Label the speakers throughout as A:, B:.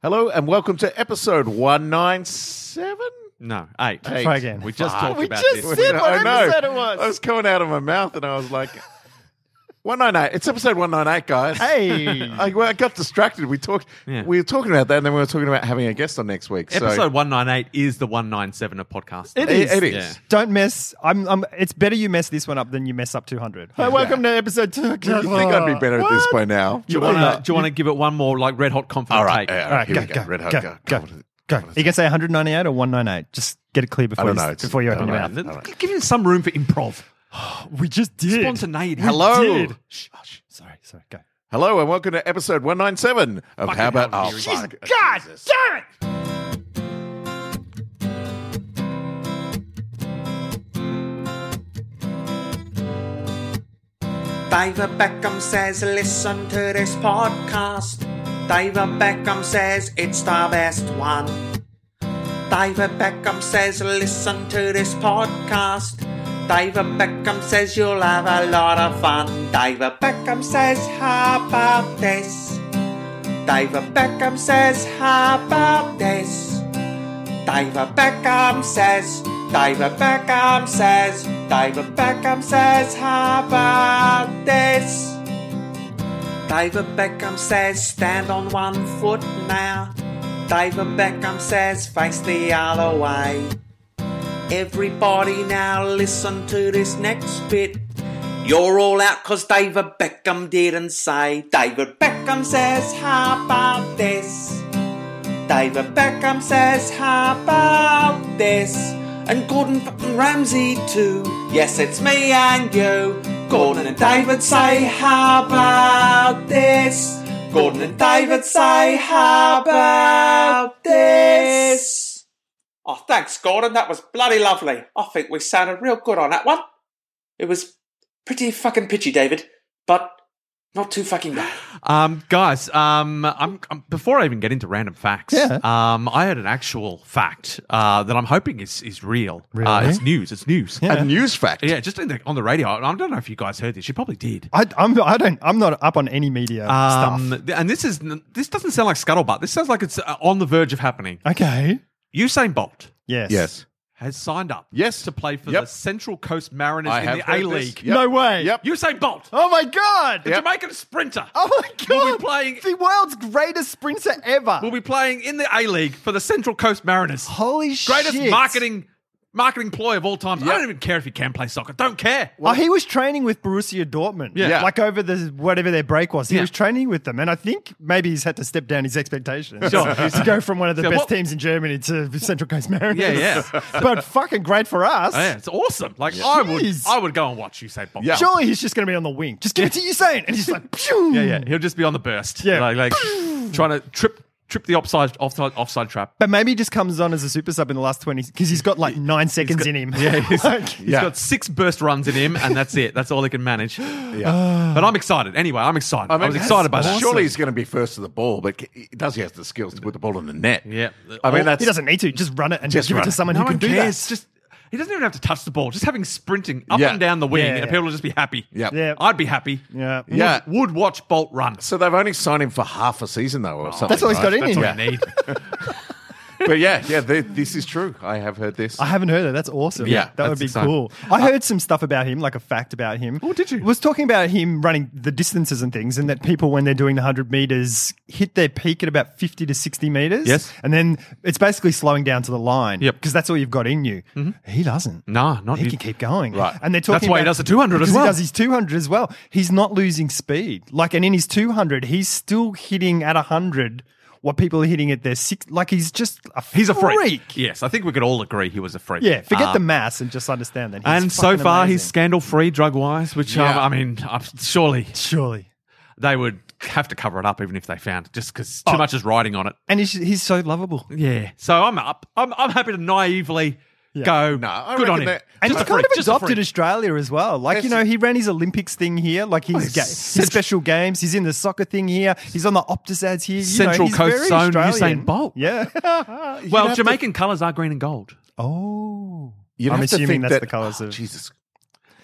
A: Hello and welcome to episode 197.
B: No, eight.
A: Eight.
C: Try again.
B: We just talked
A: We
B: about
C: just
B: this.
C: said- what
A: I know.
C: episode it was.
A: I was coming out of my mouth and I was like, 198. It's episode 198, guys.
C: Hey.
A: I, well, I got distracted. We talked.
B: Yeah.
A: We were talking about that, and then we were talking about having a guest on next week. So
B: Episode 198 is the 197 of podcast.
C: It
A: It-
C: is.
A: it is.
B: Yeah.
C: Don't mess. I'm, I'm. It's better you mess this one up than you mess up 200. Hi, welcome to episode two.
A: you think I'd be better at this by now?
B: Do you want to? Do you want to give it one more like red hot confident
A: All right,
B: take?
A: yeah, all
C: All
A: right,
C: right,
A: here
C: go,
A: we go.
C: go,
A: Red hot,
C: go,
A: go,
C: go.
A: Come on.
C: Go. You can say 198 or 198. Just get it clear before,
A: I don't
C: you,
A: know. It's-
C: before you
A: I
C: open
A: don't
C: your
A: know.
C: mouth.
B: Then Give him some room for improv.
C: We just did.
B: Spontaneity.
A: Hello,
C: did.
A: Shh, shh.
C: Sorry, sorry. Go.
A: hello, and welcome to episode one nine seven of How About
B: hell,
A: Oh,
B: Jesus.
A: fuck.
C: God damn it!
D: Diver Beckham says, listen to this podcast. Diver Beckham says, it's the best one. Diver Beckham says, listen to this podcast. Diver Beckham says, you'll have a lot of fun. Diver Beckham says, how about this? Diver Beckham says, how about this? Diver Beckham says, Diver Beckham says, Diver Beckham says, how about this? Diver Beckham says, stand on one foot now. Diver Beckham says, face the other way. Everybody now listen to this next bit. You're all out 'cause David Beckham didn't say. David Beckham says, how about this? David Beckham says, How about this? And Gordon fucking Ramsay too. Yes, it's me and you. Gordon and David say, How about this? Gordon and David say, How about this? Oh, thanks, Gordon. That was bloody lovely. I think we sounded real good on that one. It was pretty fucking pitchy, David, but not too fucking bad.
B: Um, guys, um, I'm, i before I even get into random facts,
C: Yeah.
B: um, I had an actual fact uh, that I'm hoping is is real. Uh,
C: Really?
B: it's news. It's news.
C: Yeah.
A: A news fact.
B: Yeah, just in the, on the radio. I don't know if you guys heard this. You probably did.
C: I, I'm. I don't. I'm not up on any media
B: Um,
C: stuff.
B: th- And this is n- this doesn't sound like scuttlebutt. This sounds like it's uh, on the verge of happening.
C: Okay.
B: Usain Bolt
C: Yes.
A: Yes.
B: has signed up.
A: Yes.
B: to play for
A: Yep.
B: the Central Coast Mariners
A: I
B: in
A: have
B: the
A: heard
B: A
A: this.
B: League.
A: Yep.
C: No way.
A: Yep.
B: Usain Bolt,
C: Oh my god.
B: the Jamaican sprinter,
C: Oh my god.
B: We'll be playing-
C: the world's greatest sprinter ever.
B: will be playing in the A League for the Central Coast Mariners.
C: Holy
B: Greatest
C: Oh, shit.
B: marketing marketing ploy of all time. I don't even care if you can play soccer. Don't care.
C: oh, he was training with Borussia Dortmund.
A: Yeah.
C: Like over the whatever their break was. He
B: Yeah.
C: was training with them. And I think maybe he's had to step down his expectations.
B: Sure.
C: to go from one of the
B: So
C: best
B: what-
C: teams in Germany to Central Coast Mariners.
B: Yeah,
C: but fucking great for us.
B: Oh, yeah, it's awesome. Like I would,
C: Jeez.
B: I would go and watch Usain Bolt.
A: Yeah.
C: Surely he's just going to be on the wing. Just give it to Usain. And he's like, pshoo.
B: yeah, yeah. He'll just be on the burst.
C: Yeah.
B: like, like trying to trip trip the offside offside offside trap.
C: But maybe he just comes on as a super sub in the last 20 because he's got like nine seconds in him.
B: Yeah, he's,
C: Like-
B: he's
A: Yeah.
B: got six burst runs in him, and that's it. That's all he can manage. But I'm excited. Anyway, I'm excited. I, was
A: that's
B: excited about that.
A: Surely he's going to be first to the ball, but c- does he have the skills to put the ball in the net?
B: Yeah.
A: I mean, that's
C: he doesn't need to. Just run it and
A: Just
C: just give
A: run
C: it to
A: it.
C: someone
B: No
C: who can
B: one
C: do
B: cares.
C: that.
B: Just he doesn't even have to touch the ball. Just having sprinting up
A: Yeah.
B: and down the wing,
C: Yeah,
B: and
C: yeah.
B: people will just be happy.
A: Yeah.
C: Yeah.
B: I'd be happy.
C: Yeah.
B: Would,
A: Yeah.
B: would watch Bolt run.
A: So they've only signed him for half a season, though, or something.
C: Oh, That's all he's got
A: right?
C: in him.
B: I need.
A: But yeah, yeah, th- this is true. I have heard this.
C: I haven't heard that. That's awesome.
B: Yeah,
C: that would
B: that's
C: be
B: exciting.
C: cool. I heard some stuff about him, like a fact about him.
B: Oh, did you?
C: Was talking about him running the distances and things, and that people when they're doing the hundred meters hit their peak at about fifty to sixty meters.
B: Yes.
C: and then it's basically slowing down to the line.
B: Yep.
C: because that's all you've got in you. He doesn't.
B: No, not
C: he
B: you.
C: can keep going.
A: Right.
C: and they're talking.
B: That's why he
C: about-
B: does the 200 as
C: because
B: well.
C: He does his two hundred as well. He's not losing speed. Like, and in his two hundred, he's still hitting at hundred. What people are hitting at their six, like he's just a
B: He's a freak. Yes, I think we could all agree he was a freak.
C: Yeah, forget
B: Um,
C: the mass and just understand that. He's
B: And so
C: fucking
B: far, he's
C: amazing.
B: scandal free drug wise, which
A: Yeah.
B: um, I mean, uh, surely
C: surely,
B: they would have to cover it up even if they found it, just because
C: Oh.
B: too much is riding on it.
C: and he's he's so lovable.
B: Yeah. So I'm up. I'm, I'm happy to naively
C: Yeah.
B: go.
A: No, I
B: good on
A: reckon
B: him.
A: that-
C: And
B: Just
C: he's
B: a
C: kind
B: freak,
C: of
B: just a
C: adopted
B: freak.
C: Australia as well. Like you
A: That's-
C: know, he ran his Olympics thing here. Like his
B: Oh, he's
C: ga-
B: central-
C: his special games. He's in the soccer thing here. He's on the Optus ads here. You know,
B: Central
C: he's
B: Coast
C: very
B: Zone
C: Australian.
B: Usain Bolt.
C: Yeah.
B: Well, Jamaican colours are green and gold.
C: oh,
A: You'd
C: I'm
A: have to
C: assuming
A: think
C: that's
A: that-
C: the colours
A: oh,
C: of.
A: Jesus.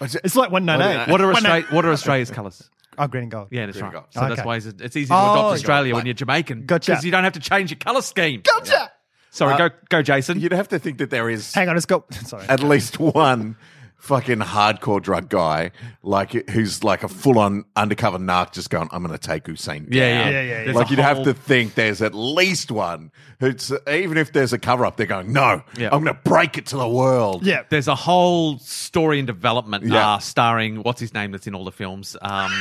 C: It's like one
A: Oh,
C: nine
A: yeah.
C: eight.
B: What are Austra- What are Australia's colours?
C: Oh, green and gold.
B: Yeah, that's
A: Green
B: right.
A: and gold.
B: So that's
C: Okay.
B: why it's, it's easy to
C: Oh,
B: adopt
C: yeah.
B: Australia
A: Like-
B: when you're Jamaican.
C: Gotcha.
B: Because you don't have to change your color scheme.
C: Gotcha.
B: Sorry,
A: Uh,
B: go go, Jason.
A: You'd have to think that there is
C: Hang on, it's got. Sorry.
A: at least one fucking hardcore drug guy, like who's like a full on undercover narc, just going, "I'm going to take Hussein."
B: yeah, yeah,
A: down."
C: Yeah, yeah, yeah.
B: There's
A: like
B: a
A: you'd have
B: whole-
A: to think there's at least one who's even if there's a cover up, they're going, "No,
B: Yeah.
A: I'm going to break it to the world."
C: yeah.
B: There's a whole story in development
A: Yeah.
B: uh, starring what's his name that's in all the films. Um,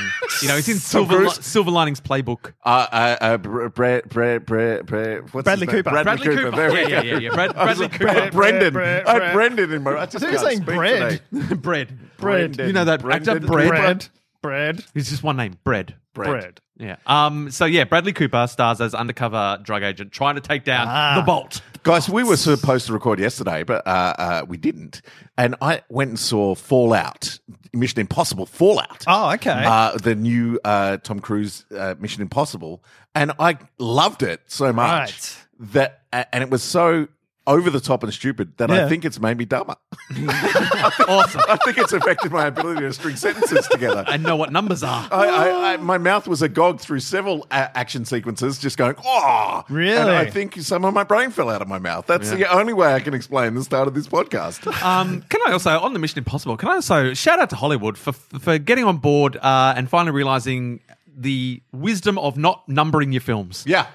B: you know, he's in
A: Tom
B: Silver, Li-
A: Cruise?
B: Silver Linings Playbook.
A: Uh, uh, uh, Br- Br- Br- Br- Br- what's his
C: Bradley
A: name?
C: Cooper.
A: Bradley,
B: Bradley
A: Cooper.
B: Cooper.
A: There we
B: Yeah, yeah,
A: go.
B: yeah, yeah. Brad-
A: I was
B: Bradley
A: like,
B: Cooper.
A: Brre- Brendan.
C: Brad-
A: I
C: Brad-
A: had Brendan in my. I just
C: Who's
A: can't
C: saying
A: speak
C: bread?
A: today.
B: bread.
C: Bread.
B: You know that actor,
A: Brendan
B: Bread.
A: Cooper.
C: Bread. Bread.
B: It's just one name, Bread.
A: Bread.
C: Bread.
B: Yeah. Um. So yeah, Bradley Cooper stars as undercover drug agent trying to take down
C: Ah.
B: the Bolt.
A: Guys, we were supposed to record yesterday, but uh, uh, we didn't. And I went and saw Fallout, Mission Impossible Fallout.
C: Oh, okay.
A: Uh, the new uh, Tom Cruise uh, Mission Impossible. And I loved it so much
C: Right.
A: that, uh, and it was so over the top and stupid that
C: Yeah.
A: I think it's made me dumber.
B: Awesome.
A: I think it's affected my ability to string sentences together.
B: and know what numbers are.
A: I, I, I, my mouth was agog through several a- action sequences, just going, oh.
C: Really?
A: And I think some of my brain fell out of my mouth. That's the only way I can explain the start of this podcast.
C: Uh,
B: Um, can I also, on the Mission Impossible, can I also shout out to Hollywood for for getting on board uh, and finally realizing the wisdom of not numbering your films.
A: yeah. Uh,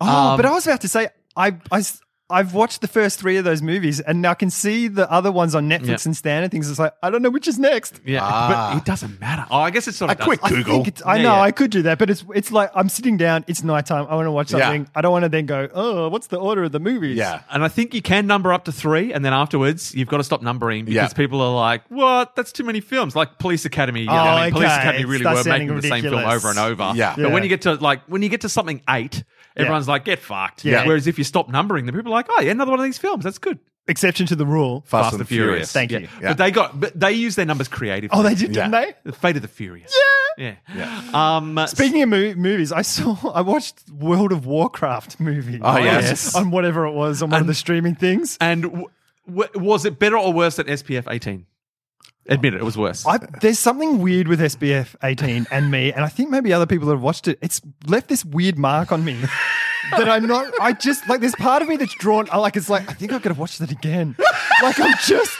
C: Oh,
A: Um,
C: but I was about to say, I, I, have watched the first three of those movies, and I can see the other ones on Netflix
B: Yeah.
C: and Stan and things. It's like I don't know which is next.
B: Yeah, but it doesn't matter. Oh, I guess it's sort
A: A
B: of does.
A: quick
C: I
A: Google.
C: think it's, I
B: Yeah,
C: know
B: yeah.
C: I could do that, but it's it's like I'm sitting down. It's nighttime. I want to watch
A: Yeah.
C: something. I don't want to then go. Oh, what's the order of the movies?
A: Yeah.
B: And I think you can number up to three, and then afterwards you've got to stop numbering because
A: Yeah.
B: people are like, "What? That's too many films." Like Police Academy. You know, what I
C: Oh,
B: mean, Police
C: okay.
B: Academy
C: It
B: really were
C: starts
B: making
C: sounding
B: the same film
C: ridiculous.
B: over and over.
A: Yeah.
B: But
C: Yeah.
B: when you get to like when you get to something eight, everyone's like, "Get fucked."
C: Yeah.
B: Whereas if you stop numbering, then people are like, "Oh, yeah, another one of these films. That's good."
C: Exception to the rule.
A: Fast,
B: Fast
A: and,
B: and
A: Furious.
B: Furious.
C: Thank
A: Yeah.
C: you.
A: Yeah.
B: But they got but they use their numbers creatively.
C: Oh, they did,
A: Yeah.
C: didn't they?
B: The Fate of the Furious. Yeah. Yeah. Um,
C: Speaking of mo- movies, I saw I watched World of Warcraft movie.
A: Oh, yes.
C: on whatever it was on one of the streaming things.
B: and w- w- was it better or worse than SPF 18? Admit it, it was worse.
C: I, there's something weird with SBF 18 and me, and I think maybe other people that have watched it. It's left this weird mark on me that I'm not. I just like there's part of me that's drawn. I like it's like I think I could have watched it again. Like I'm just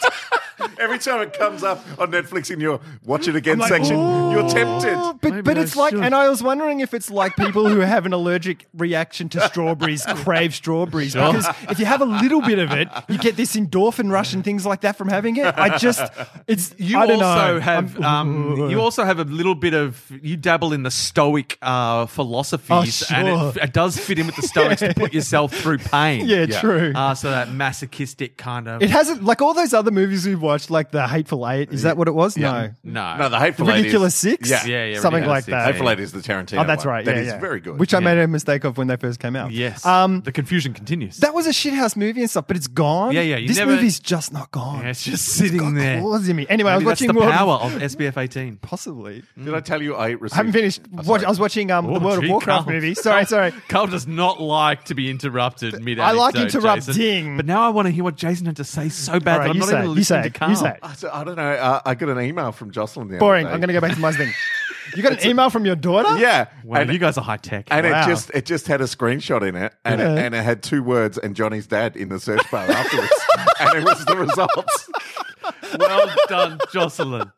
A: Every time it comes up on Netflix in your watch it again
C: like,
A: section, you're
C: "Ooh."
A: tempted.
C: But
B: Maybe
C: but
B: I
C: it's like,
B: should.
C: and I was wondering if it's like people who have an allergic reaction to strawberries crave strawberries because if you have a little bit of it, you get this endorphin rush and things like that from having it. I just it's
B: you
C: I don't
B: also
C: know.
B: have
C: I'm-
B: um, you also have a little bit of you dabble in the Stoic uh, philosophies,
C: Oh,
B: and
C: sure.
B: it, it does fit in with the Stoics to put yourself through pain.
C: yeah,
A: Yeah.
C: true.
B: Uh, so that masochistic kind of
C: it hasn't like all those other movies we've watched, like the Hateful Eight. Is that what it was?
A: Yeah.
C: No,
B: no,
A: No, the hateful Eight is-
C: Ridiculous Six.
A: Yeah.
B: Yeah, yeah,
C: something
B: Ridiculous
C: like
B: Six,
C: that.
A: Hateful Eight is the Tarantino.
C: Oh, that's
A: one.
C: right.
A: That
C: yeah,
A: is
C: yeah.
A: very good.
C: Which I
B: Yeah.
C: made a mistake of when they first came out.
B: yes,
C: Um,
B: the confusion continues.
C: that was a shithouse movie and stuff, but it's gone.
B: Yeah, yeah, you
C: This
B: never-
C: movie's just not gone.
B: yeah, it's just sitting there.
C: Causing me. Anyway, I was
B: Maybe that's
C: watching
B: the
C: World
B: power of SPF 18.
C: possibly.
A: Did I tell you I received?
C: I haven't finished.
A: Oh, Mm.
C: watch,
A: sorry.
C: I was watching um, the
B: Oh,
C: World
B: gee,
C: of Warcraft
B: Carl.
C: movie. Sorry, sorry.
B: Carl does not like to be interrupted mid
C: I like
B: interrupting.
C: interrupting.
B: But now I want to hear what Jason had to say so bad
C: All right,
B: that I'm
C: you
B: not
C: say
B: even
C: it, you
B: listening
C: say
B: to
C: it,
B: Carl.
C: you say it.
A: I said- I don't know. Uh, I got an email from Jocelyn. The
C: Boring.
A: Other day.
C: I'm going to go back to my thing. You got an email from your daughter?
A: Yeah,
B: Wow,
A: and,
B: you guys are high tech.
A: and
C: Wow.
A: it just it just had a screenshot in it, and
C: Yeah.
A: it, and it had two words and Johnny's dad in the search bar afterwards, and it was the results.
B: well done, Jocelyn.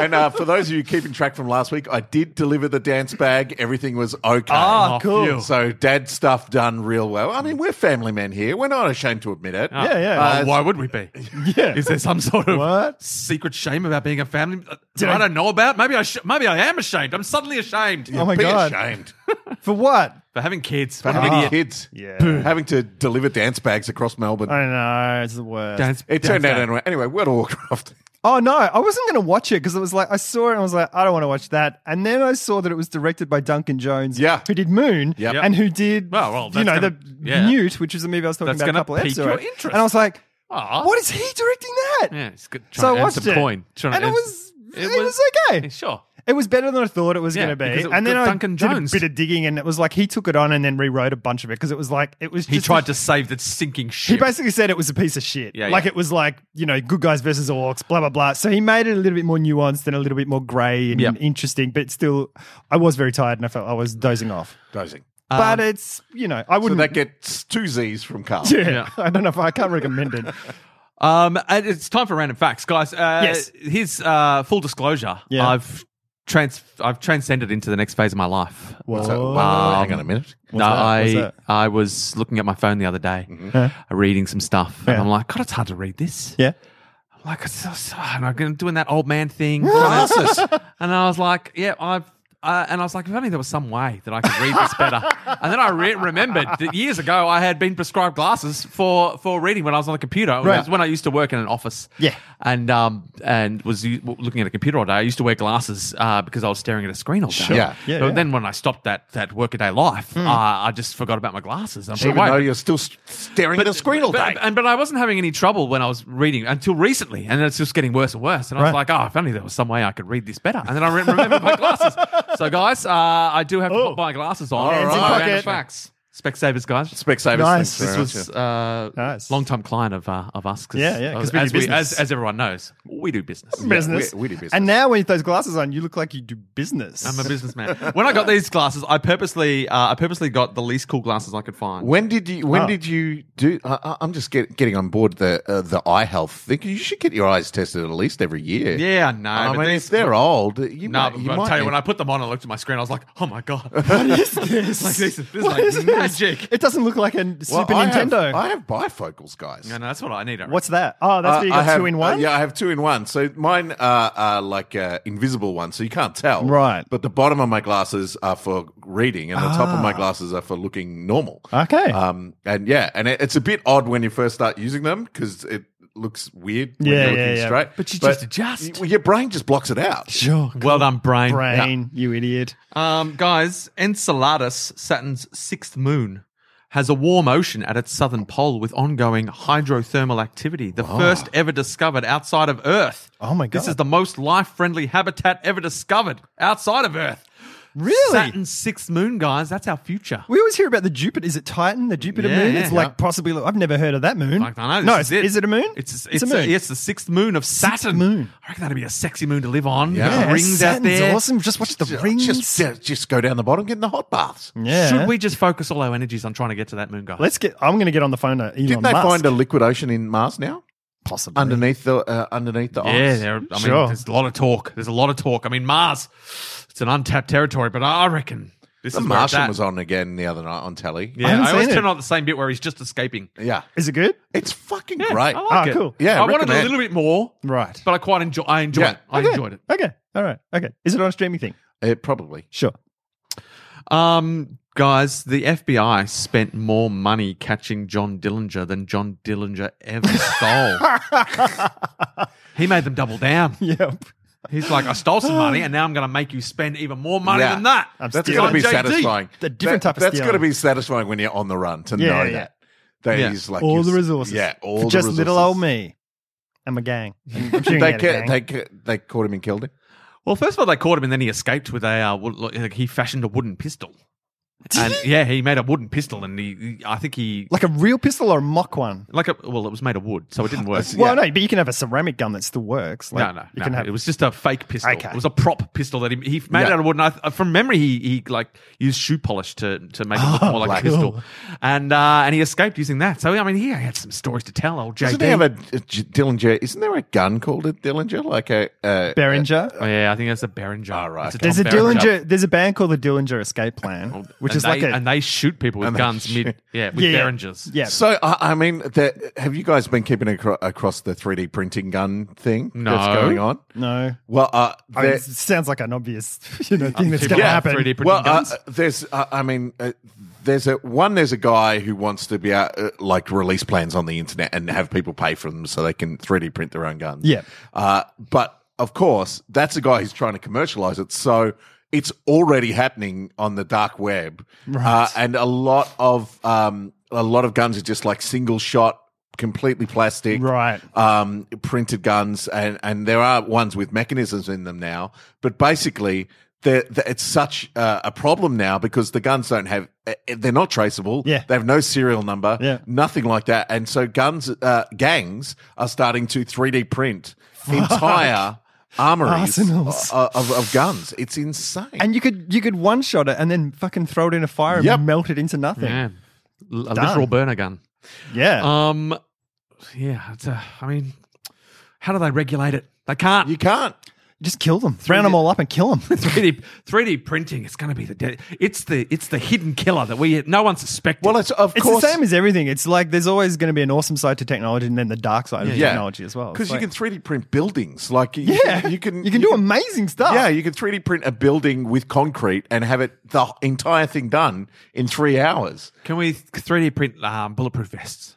A: And uh, for those of you keeping track from last week, I did deliver the dance bag. Everything was okay.
C: Ah,
B: Oh,
C: cool.
B: phew.
A: So dad stuff done real well. I mean, we're family men here. We're not ashamed to admit it.
C: Yeah, yeah.
B: Oh, why would we be?
C: Yeah.
B: Is there some sort of
C: What?
B: secret shame about being a family uh,
C: Did
B: that I,
C: I-
B: don't know about? Maybe I sh- maybe I am ashamed. I'm suddenly ashamed
C: Oh my
A: Be
C: God.
A: ashamed
C: For what?
B: for having kids.
A: for
B: What an
A: having
B: idiot.
A: kids.
C: Yeah.
A: Having to deliver dance bags across Melbourne.
C: I don't know. It's the worst.
B: Dance-
A: it turned
B: dance
A: out anyway. Anyway, World of Warcraft.
C: Oh no, I wasn't going to watch it because it was like I saw it and I was like, I don't want to watch that. And then I saw that it was directed by Duncan Jones,
A: Yeah.
C: who did Moon,
A: Yep.
C: and who did
B: Well, well,
C: you
B: that's
C: know
B: gonna-
C: the
B: yeah.
C: Newt, which is the movie I was talking
B: That's
C: about a
B: gonna
C: couple
B: pique
C: episodes
B: your
C: ago.
B: interest.
C: And I was like,
B: Aw.
C: what is he directing that?
B: Yeah, it's good.
C: so
B: Trying
C: I
B: to earn
C: watched
B: some
C: it,
B: coin. Trying to
C: and it
B: earn-
C: was it, was, okay.
B: Yeah, sure.
C: It was better than I thought it was
B: Yeah,
C: going to
B: because
C: be.
B: it was
C: And then
B: good
C: I
B: Duncan
C: did
B: Jones.
C: a bit of digging, and it was like he took it on and then rewrote a bunch of it because it was like it was.
B: He
C: just
B: tried to save the sinking ship.
C: He basically said it was a piece of shit.
B: Yeah,
C: like
B: yeah.
C: it was like you know, good guys versus orcs, blah blah blah. So he made it a little bit more nuanced and a little bit more grey and
B: Yep.
C: interesting, but still, I was very tired and I felt I was dozing off.
A: Dozing.
C: but it's you know, I
A: Um, So
C: wouldn't.
A: that gets two Z's from Carl.
C: yeah,
B: Yeah.
C: I don't know if I can't recommend it.
B: Um, and it's time for random facts, guys. Uh,
C: Yes.
B: Here's uh, full disclosure.
C: Yeah.
B: I've trans I've transcended into the next phase of my life.
A: What's that?
C: Whoa.
A: Wow, hang on a minute.
B: no,
C: that? What's
B: I
C: that?
B: I was looking at my phone the other day, uh,
C: Huh?
B: reading some stuff,
C: Yeah.
B: and I'm like, God, it's hard to read this.
C: Yeah,
B: I'm like, it's so, so, and I'm doing that old man thing, doing that- and I was like, yeah, I've. Uh, and I was like, if only there was some way that I could read this better. and then I re- remembered that years ago I had been prescribed glasses for, for reading when I was on the computer. It
C: Right.
B: was when I used to work in an office.
C: Yeah.
B: And um and was u- looking at a computer all day. I used to wear glasses uh, because I was staring at a screen all day.
A: Sure. Yeah.
C: Yeah,
B: but
C: yeah.
B: then when I stopped that that workaday life, uh, I just forgot about my glasses. I'm
A: Even
B: like,
A: though
B: wait,
A: you're still st- staring at a screen all
B: but,
A: day.
B: and, but I wasn't having any trouble when I was reading until recently, and it's just getting worse and worse. And I was
C: Right.
B: like, oh, if only there was some way I could read this better. And then I re- remembered my glasses. So, guys, uh, I do have
C: Oh.
B: to put my glasses on.
A: Hands in
B: Uh,
C: pocket.
B: random facts. Specsavers, guys.
A: Specsavers. thanks
C: Nice.
B: This
A: very much,
B: was
A: yeah.
B: uh,
C: Nice.
B: long-time client of uh, of us. Cause,
C: Yeah, yeah, 'cause we do
B: as, we,
C: business.
B: as, as everyone knows, we do business.
C: business.
A: we- we do business.
C: And now when you put those glasses on, you look like you do business.
B: I'm a businessman. when I got these glasses, I purposely uh, I purposely got the least cool glasses I could find.
A: When did you? When
C: Oh.
A: did you do? I, I- I'm just get, getting on board the uh, the eye health thing. You should get your eyes tested at least every year.
B: yeah, no.
A: I
B: but
A: mean,
B: these-
A: if they're old, you
B: No,
A: might.
B: but
A: You
B: I'll
A: might
B: tell you,
A: need-
B: when I put them on and looked at my screen, I was like, oh my God.
C: What is this?
B: Like, this is- this is
C: What
B: like
C: this?
B: magic.
C: It doesn't look like a
A: Well,
C: Super
A: I have-
C: Nintendo.
A: I have bifocals, guys.
B: no, no, that's what I need. I reckon.
C: What's that? Oh, that's where you
A: Uh, I
C: got
A: have-
C: two in one.
A: uh, yeah, I have two in one. So mine are, are like uh, invisible ones, so you can't tell.
C: Right.
A: But the bottom of my glasses are for reading, and the top of
C: Ah.
A: my glasses are for looking normal.
C: Okay.
A: Um. And yeah, and it, it's a bit odd when you first start using them because it looks weird. When
C: Yeah,
A: you're
C: yeah,
A: looking
C: yeah.
A: Straight,
B: But you just adjust.
A: well, your brain just blocks it out.
C: sure.
B: Well done, brain.
C: Brain, you idiot.
B: Yeah. Um, guys, Enceladus, Saturn's sixth moon, has a warm ocean at its southern pole with ongoing hydrothermal activity, the first ever discovered outside of Earth.
C: Oh my
B: This
C: God.
B: is the most life friendly habitat ever discovered outside of Earth.
C: Really?
B: Saturn's sixth moon, guys, that's our future.
C: We always hear about the Jupiter. Is it Titan, the Jupiter
B: Yeah,
C: moon?
B: yeah.
C: It's like possibly. I've never heard of that moon.
B: Like, I know.
C: no,
B: this
C: it's- is it a moon?
B: It's, it's,
C: a moon.
B: it's the sixth moon of Saturn.
C: moon.
B: I reckon that'd be a sexy moon to live on.
A: Yeah.
B: Got
C: Yeah,
B: Rings out
C: Saturn's
B: there.
C: awesome. Just watch the
A: Just-
C: rings.
A: Just, yeah, just go down the bottom, get in the hot baths.
C: yeah.
B: Should we just focus all our energies on trying to get to that moon, guys?
C: Let's get. I'm going to get on the phone to Elon
A: Didn't they
C: Musk.
A: find a liquid ocean in Mars now?
C: possibly
A: Underneath the uh, underneath the
B: Yeah,
A: ice.
B: there, I mean,
C: Sure.
B: there's a lot of talk. There's a lot of talk. I mean, Mars, it's an untapped territory, but I reckon this
A: The
B: is where it's
A: Martian
B: at.
A: was on again the other night on telly.
B: Yeah,
C: I haven't
B: I, always
C: seen
B: turn
C: it.
B: on the same bit where he's just escaping.
A: Yeah.
C: Is it good?
A: It's fucking
B: Yeah,
A: great.
B: I like
C: Ah,
B: it.
C: cool.
A: Yeah,
B: I wanted a
A: recommend.
B: little bit more,
C: Right.
B: but I quite enjoy. I enjoyed
A: Yeah,
B: it. I
C: okay.
B: enjoyed it.
C: Okay. All right. Okay. Is it on a streaming thing?
A: It probably.
C: Sure.
B: Um, guys, the FBI spent more money catching John Dillinger than John Dillinger ever stole. he made them double down.
C: Yep.
B: He's like, I stole some money, and now I'm going to make you spend even more money
A: Yeah.
B: than that.
C: I'm
A: That's
C: stealing.
A: got to be
B: JD.
A: satisfying.
C: The different
A: that,
C: type of
A: That's
C: stealing.
A: got to be satisfying when you're on the run to
C: Yeah,
A: know
C: yeah, yeah.
A: that. That
B: Yeah.
A: he's like
C: All
A: you're-
C: the resources.
A: Yeah, all
C: For
A: the
C: just
A: resources.
C: little old me and my gang. I'm shooting
A: They,
C: at a
A: ca-
C: gang.
A: they, ca- they caught him and killed him.
B: Well, first of all, they caught him, and then he escaped with a. Uh, wo- like, he fashioned a wooden pistol. And yeah, he made a wooden pistol, and he, he- I think he
C: like a real pistol or a mock one?
B: like a well, it was made of wood, so it didn't work.
C: Well, no, but you can have a ceramic gun that still works.
B: No,
C: Like,
B: no,
C: you
B: no.
C: can have
B: it was just a fake pistol.
C: Okay.
B: It was a prop pistol that he, he made
A: Yeah.
B: out of wood. And I, th- from memory, he, he like used shoe polish to, to make it look more like a
C: cool.
B: pistol, and uh, and he escaped using that. So I mean, he had some stories to tell. Old JD.
A: Doesn't he have a, a J- Dillinger? Isn't there a gun called a Dillinger? Like a. a
C: Behringer.
B: Oh, yeah, I think that's a Behringer.
A: All right.
B: It's
C: There's a
B: Tom Behringer. Oh,
C: Dillinger. There's a band called the Dillinger Escape Plan, which
B: And
C: is like
B: they-
C: a
B: and they shoot people with
A: And they
B: guns
A: shoot-
B: mid yeah with
C: yeah,
B: Behringers.
C: Yeah,
A: So I, I mean, the, have you guys been keeping acro- across the 3D printing gun thing
B: No.
A: that's going on?
C: no.
A: Well, uh,
C: I mean,
A: there-
C: it sounds like an obvious you know, thing that's
B: people
C: going to
B: have
C: happen.
B: 3D printing
A: well,
B: guns.
A: Uh, there's, uh, I mean, uh, there's a one. There's a guy who wants to be out, uh, like release plans on the internet and have people pay for them so they can 3D print their own guns.
C: Yeah.
A: uh, but of course, that's a guy who's trying to commercialize it. So. It's already happening on the dark web,
C: Right.
A: uh, and a lot of um, a lot of guns are just like single shot completely plastic,
C: Right.
A: Um, printed guns, and and there are ones with mechanisms in them now. But basically, they're, th- it's such uh, a problem now because the guns don't have eh, eh, they're not traceable.
C: Yeah.
A: they have no serial number.
C: Yeah.
A: nothing like that. And so guns uh, gangs are starting to 3D print entire. Armories
C: Arsenals.
A: o- of, of guns. It's insane.
C: And you could you could one shot it and then fucking throw it in a fire and
A: Yep.
C: melt it into nothing.
B: Yeah. L- A
C: Done.
B: literal burner gun.
C: Yeah.
B: Um, yeah. It's a, I mean, how do they regulate it? They can't.
A: you can't.
C: Just kill them. Round them all up and kill them.
B: 3D 3D printing. It's going to be the de- it's the it's the hidden killer that we no one suspected.
A: Well, it's of
C: It's the
A: course
C: same as everything. It's like there's always going to be an awesome side to technology and then the dark side of
A: Yeah.
C: technology as well. It's
A: because you
C: like-
A: can 3D print buildings. Like you,
C: yeah,
A: you can
C: you can do amazing stuff.
A: Yeah, you can 3D print a building with concrete and have it the entire thing done in three hours.
B: Can we 3D print um, bulletproof vests?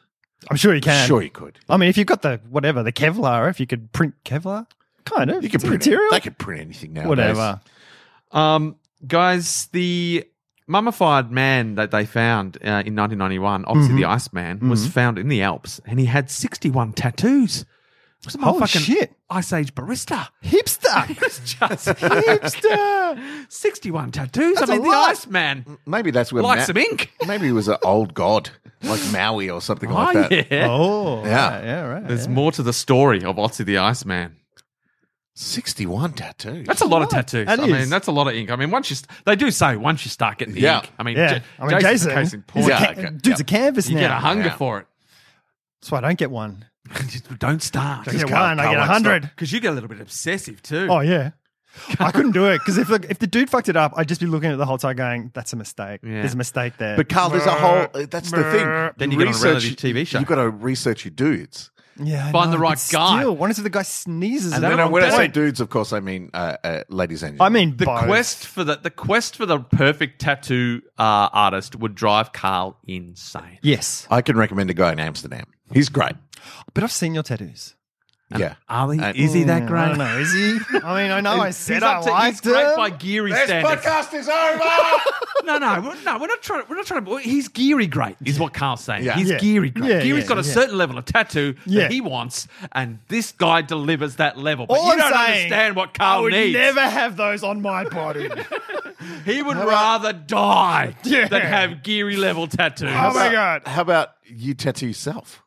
C: I'm sure you can.
A: Sure, you could.
C: I mean, if you've got the whatever the Kevlar, if you could print Kevlar, kind of
A: You
C: it's
A: could
C: a
A: print
C: material,
A: They could print anything now.
C: whatever.
B: Um, guys, the mummified man that they found uh, in 1991, obviously the Iceman, was found in the Alps, and he had 61 tattoos. It was a
C: Holy
B: motherfucking
C: shit.
B: Ice Age barista.
C: Hipster.
B: It was just hipster. 61 tattoos.
C: That's
B: I
C: a
B: mean, the
C: lot. Mm,
B: Iceman
A: Maybe that's where
B: likes
A: Ma-
B: some ink.
A: Maybe he was an old god like Maui or something like
B: oh,
A: that.
B: yeah.
C: oh,
A: Yeah.
C: right, yeah, right.
B: There's
C: yeah.
B: more to the story of Otzi the Iceman.
A: Sixty-one tattoos.
B: That's a lot of
C: lot.
B: tattoos.
C: That
B: I
C: is.
B: mean, that's a lot of ink. I mean, once you st- they do say once you start getting the
A: Yeah.
B: ink. I mean,
C: Yeah,
B: J-
C: I mean, Jason,
B: case in
C: he's
B: point,
C: a
A: Yeah,
C: ca-
A: okay,
C: dude's
A: yeah.
C: a canvas
B: you
C: now.
B: get a hunger
A: Yeah.
B: for it.
C: That's why I don't get one.
B: Just Don't start
C: I get
A: can't-
C: one. I
A: can't
C: get a
A: stop.
C: hundred.
B: because you get a little bit obsessive too.
C: Oh yeah. I couldn't do it because if look, if the dude fucked it up, I'd just be looking at the whole time going, "That's a mistake.
B: Yeah.
C: There's a mistake there."
A: But Carl, there's a whole. uh, That's the thing.
B: Then you get on a reality TV show.
A: You've got to research your dudes.
C: yeah, I
B: Find the
C: know,
B: right
C: but
B: guy.
C: Still, what if the guy sneezes?
B: And
C: at
B: then
C: the
A: And when I
C: wrong
A: say
C: point?
A: dudes, of course, I mean uh, uh, ladies and
C: I mean
B: the
C: both.
B: quest for the the quest for the perfect tattoo uh, artist would drive Carl insane.
C: Yes,
A: I can recommend a guy in Amsterdam. He's great.
C: but I've seen your tattoos.
A: yeah.
B: Ali,
A: And-
B: is he that
C: Mm, I
B: great?
C: don't know. Is he? I mean, I know I said
B: he's
C: I
B: up to,
C: liked
B: he's great
C: him.
B: by Geary
A: This
B: standards.
A: podcast is over.
B: No, no, we're, no, we're not trying. We're not trying to. He's geary great, is what Carl's saying.
A: Yeah.
B: He's
C: Yeah.
B: geary great.
C: Yeah,
B: Geary's
C: yeah,
B: got a
C: yeah.
B: certain level of tattoo
C: Yeah.
B: that he wants, and this guy delivers that level. But
C: All
B: you
C: I'm
B: don't
C: saying,
B: understand what Carl
C: I would
B: needs.
C: never have those on my body.
B: he would rather die
C: Yeah.
B: than have geary level tattoos.
C: Oh my god!
A: How about you tattoo yourself?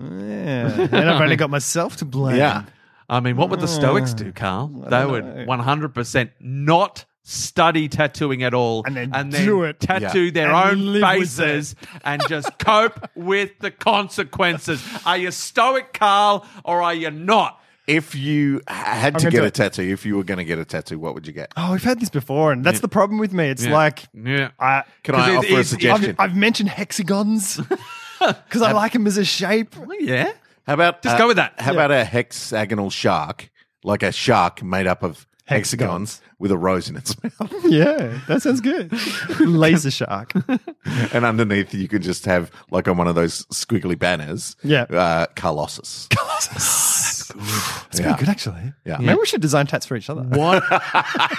C: Yeah, and I've only got myself to blame.
A: Yeah.
B: I mean, what would the Stoics
C: Mm.
B: do, Carl? They would 100% not study tattooing at all
C: And then do it.
B: tattoo
A: Yeah.
B: their
C: And
B: own
C: live with
B: faces and just cope with the consequences. Are you Stoic, Carl, or are you not?
A: If you had to
C: gonna
A: get
C: do
A: a
C: it.
A: tattoo, if you were going to get a tattoo, what would you get?
C: Oh, we've had this before, and that's the problem with me. It's like
B: Yeah.
C: I
A: Can I
B: 'Cause
A: offer
B: it
A: a
B: is-
A: suggestion?
C: I've, I've mentioned hexagons because I like them as a shape.
B: Oh, yeah.
A: how about
B: Just go with that.
A: How
B: Yeah.
A: about a hexagonal shark, like a shark made up of hexagons,
C: Hexagons.
A: with a rose in its mouth,
C: Yeah, that sounds good. Laser shark.
A: and underneath you could just have like on one of those squiggly banners,
C: Yeah.
A: uh, Colossus.
C: that's
A: Yeah.
C: pretty good, actually.
A: Yeah.
C: Maybe we should design tats for each other.
B: What,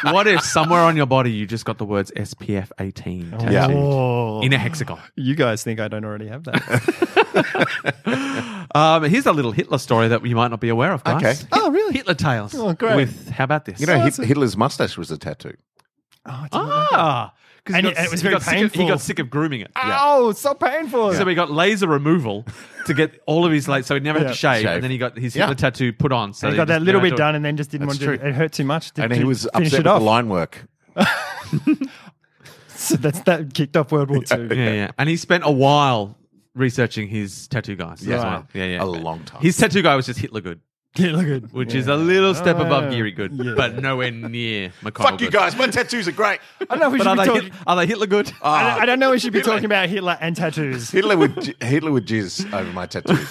B: what if somewhere on your body you just got the words SPF 18 tattooed
A: Yeah.
C: Oh,
B: in a hexagon?
C: you guys think I don't already have that?
B: Um, here's a little Hitler story that you might not be aware of, guys.
A: Okay.
C: Oh, really?
B: Hitler tales.
C: Oh, great.
B: With how about this?
A: You know,
C: Oh,
A: Hit-
C: that's a-
A: Hitler's mustache was a tattoo.
C: oh, it's
B: ah, because
C: And it- and it was very
B: he
C: painful.
B: got sick of grooming it. Ah.
C: Ow, it's so painful.
B: So we got laser removal to get all of his like, so he never had
C: Yeah.
B: to shave,
A: Shave.
B: and then he got his
A: Yeah.
B: Hitler tattoo put on. So
C: he got that
B: just-
C: little
B: you know,
C: bit done and then just didn't want
A: That's
C: to. do
A: true.
C: It hurt too much. To,
A: And
C: to
A: he was
C: finish
A: upset with
C: it
A: the
C: off.
A: line work.
C: So that's that kicked off World War Two.
B: Yeah, yeah, and he spent a while researching his tattoo guys. Yeah, as
C: Right.
B: well. yeah, yeah.
A: A long time.
B: His tattoo guy was just Hitler good,
C: Yeah, look good.
B: which is a little step above
C: yeah.
B: Geary good,
C: Yeah.
B: but nowhere near McConnell.
A: Oh, Fuck you
B: good.
A: guys! My tattoos are great.
C: I don't know. if We
B: But
C: should
B: are
C: be
B: they,
C: talking.
B: Hit- are they Hitler good?
C: I, don't, I don't know. We should be talking about Hitler and tattoos.
A: Hitler would j- Hitler would jizz over my tattoos.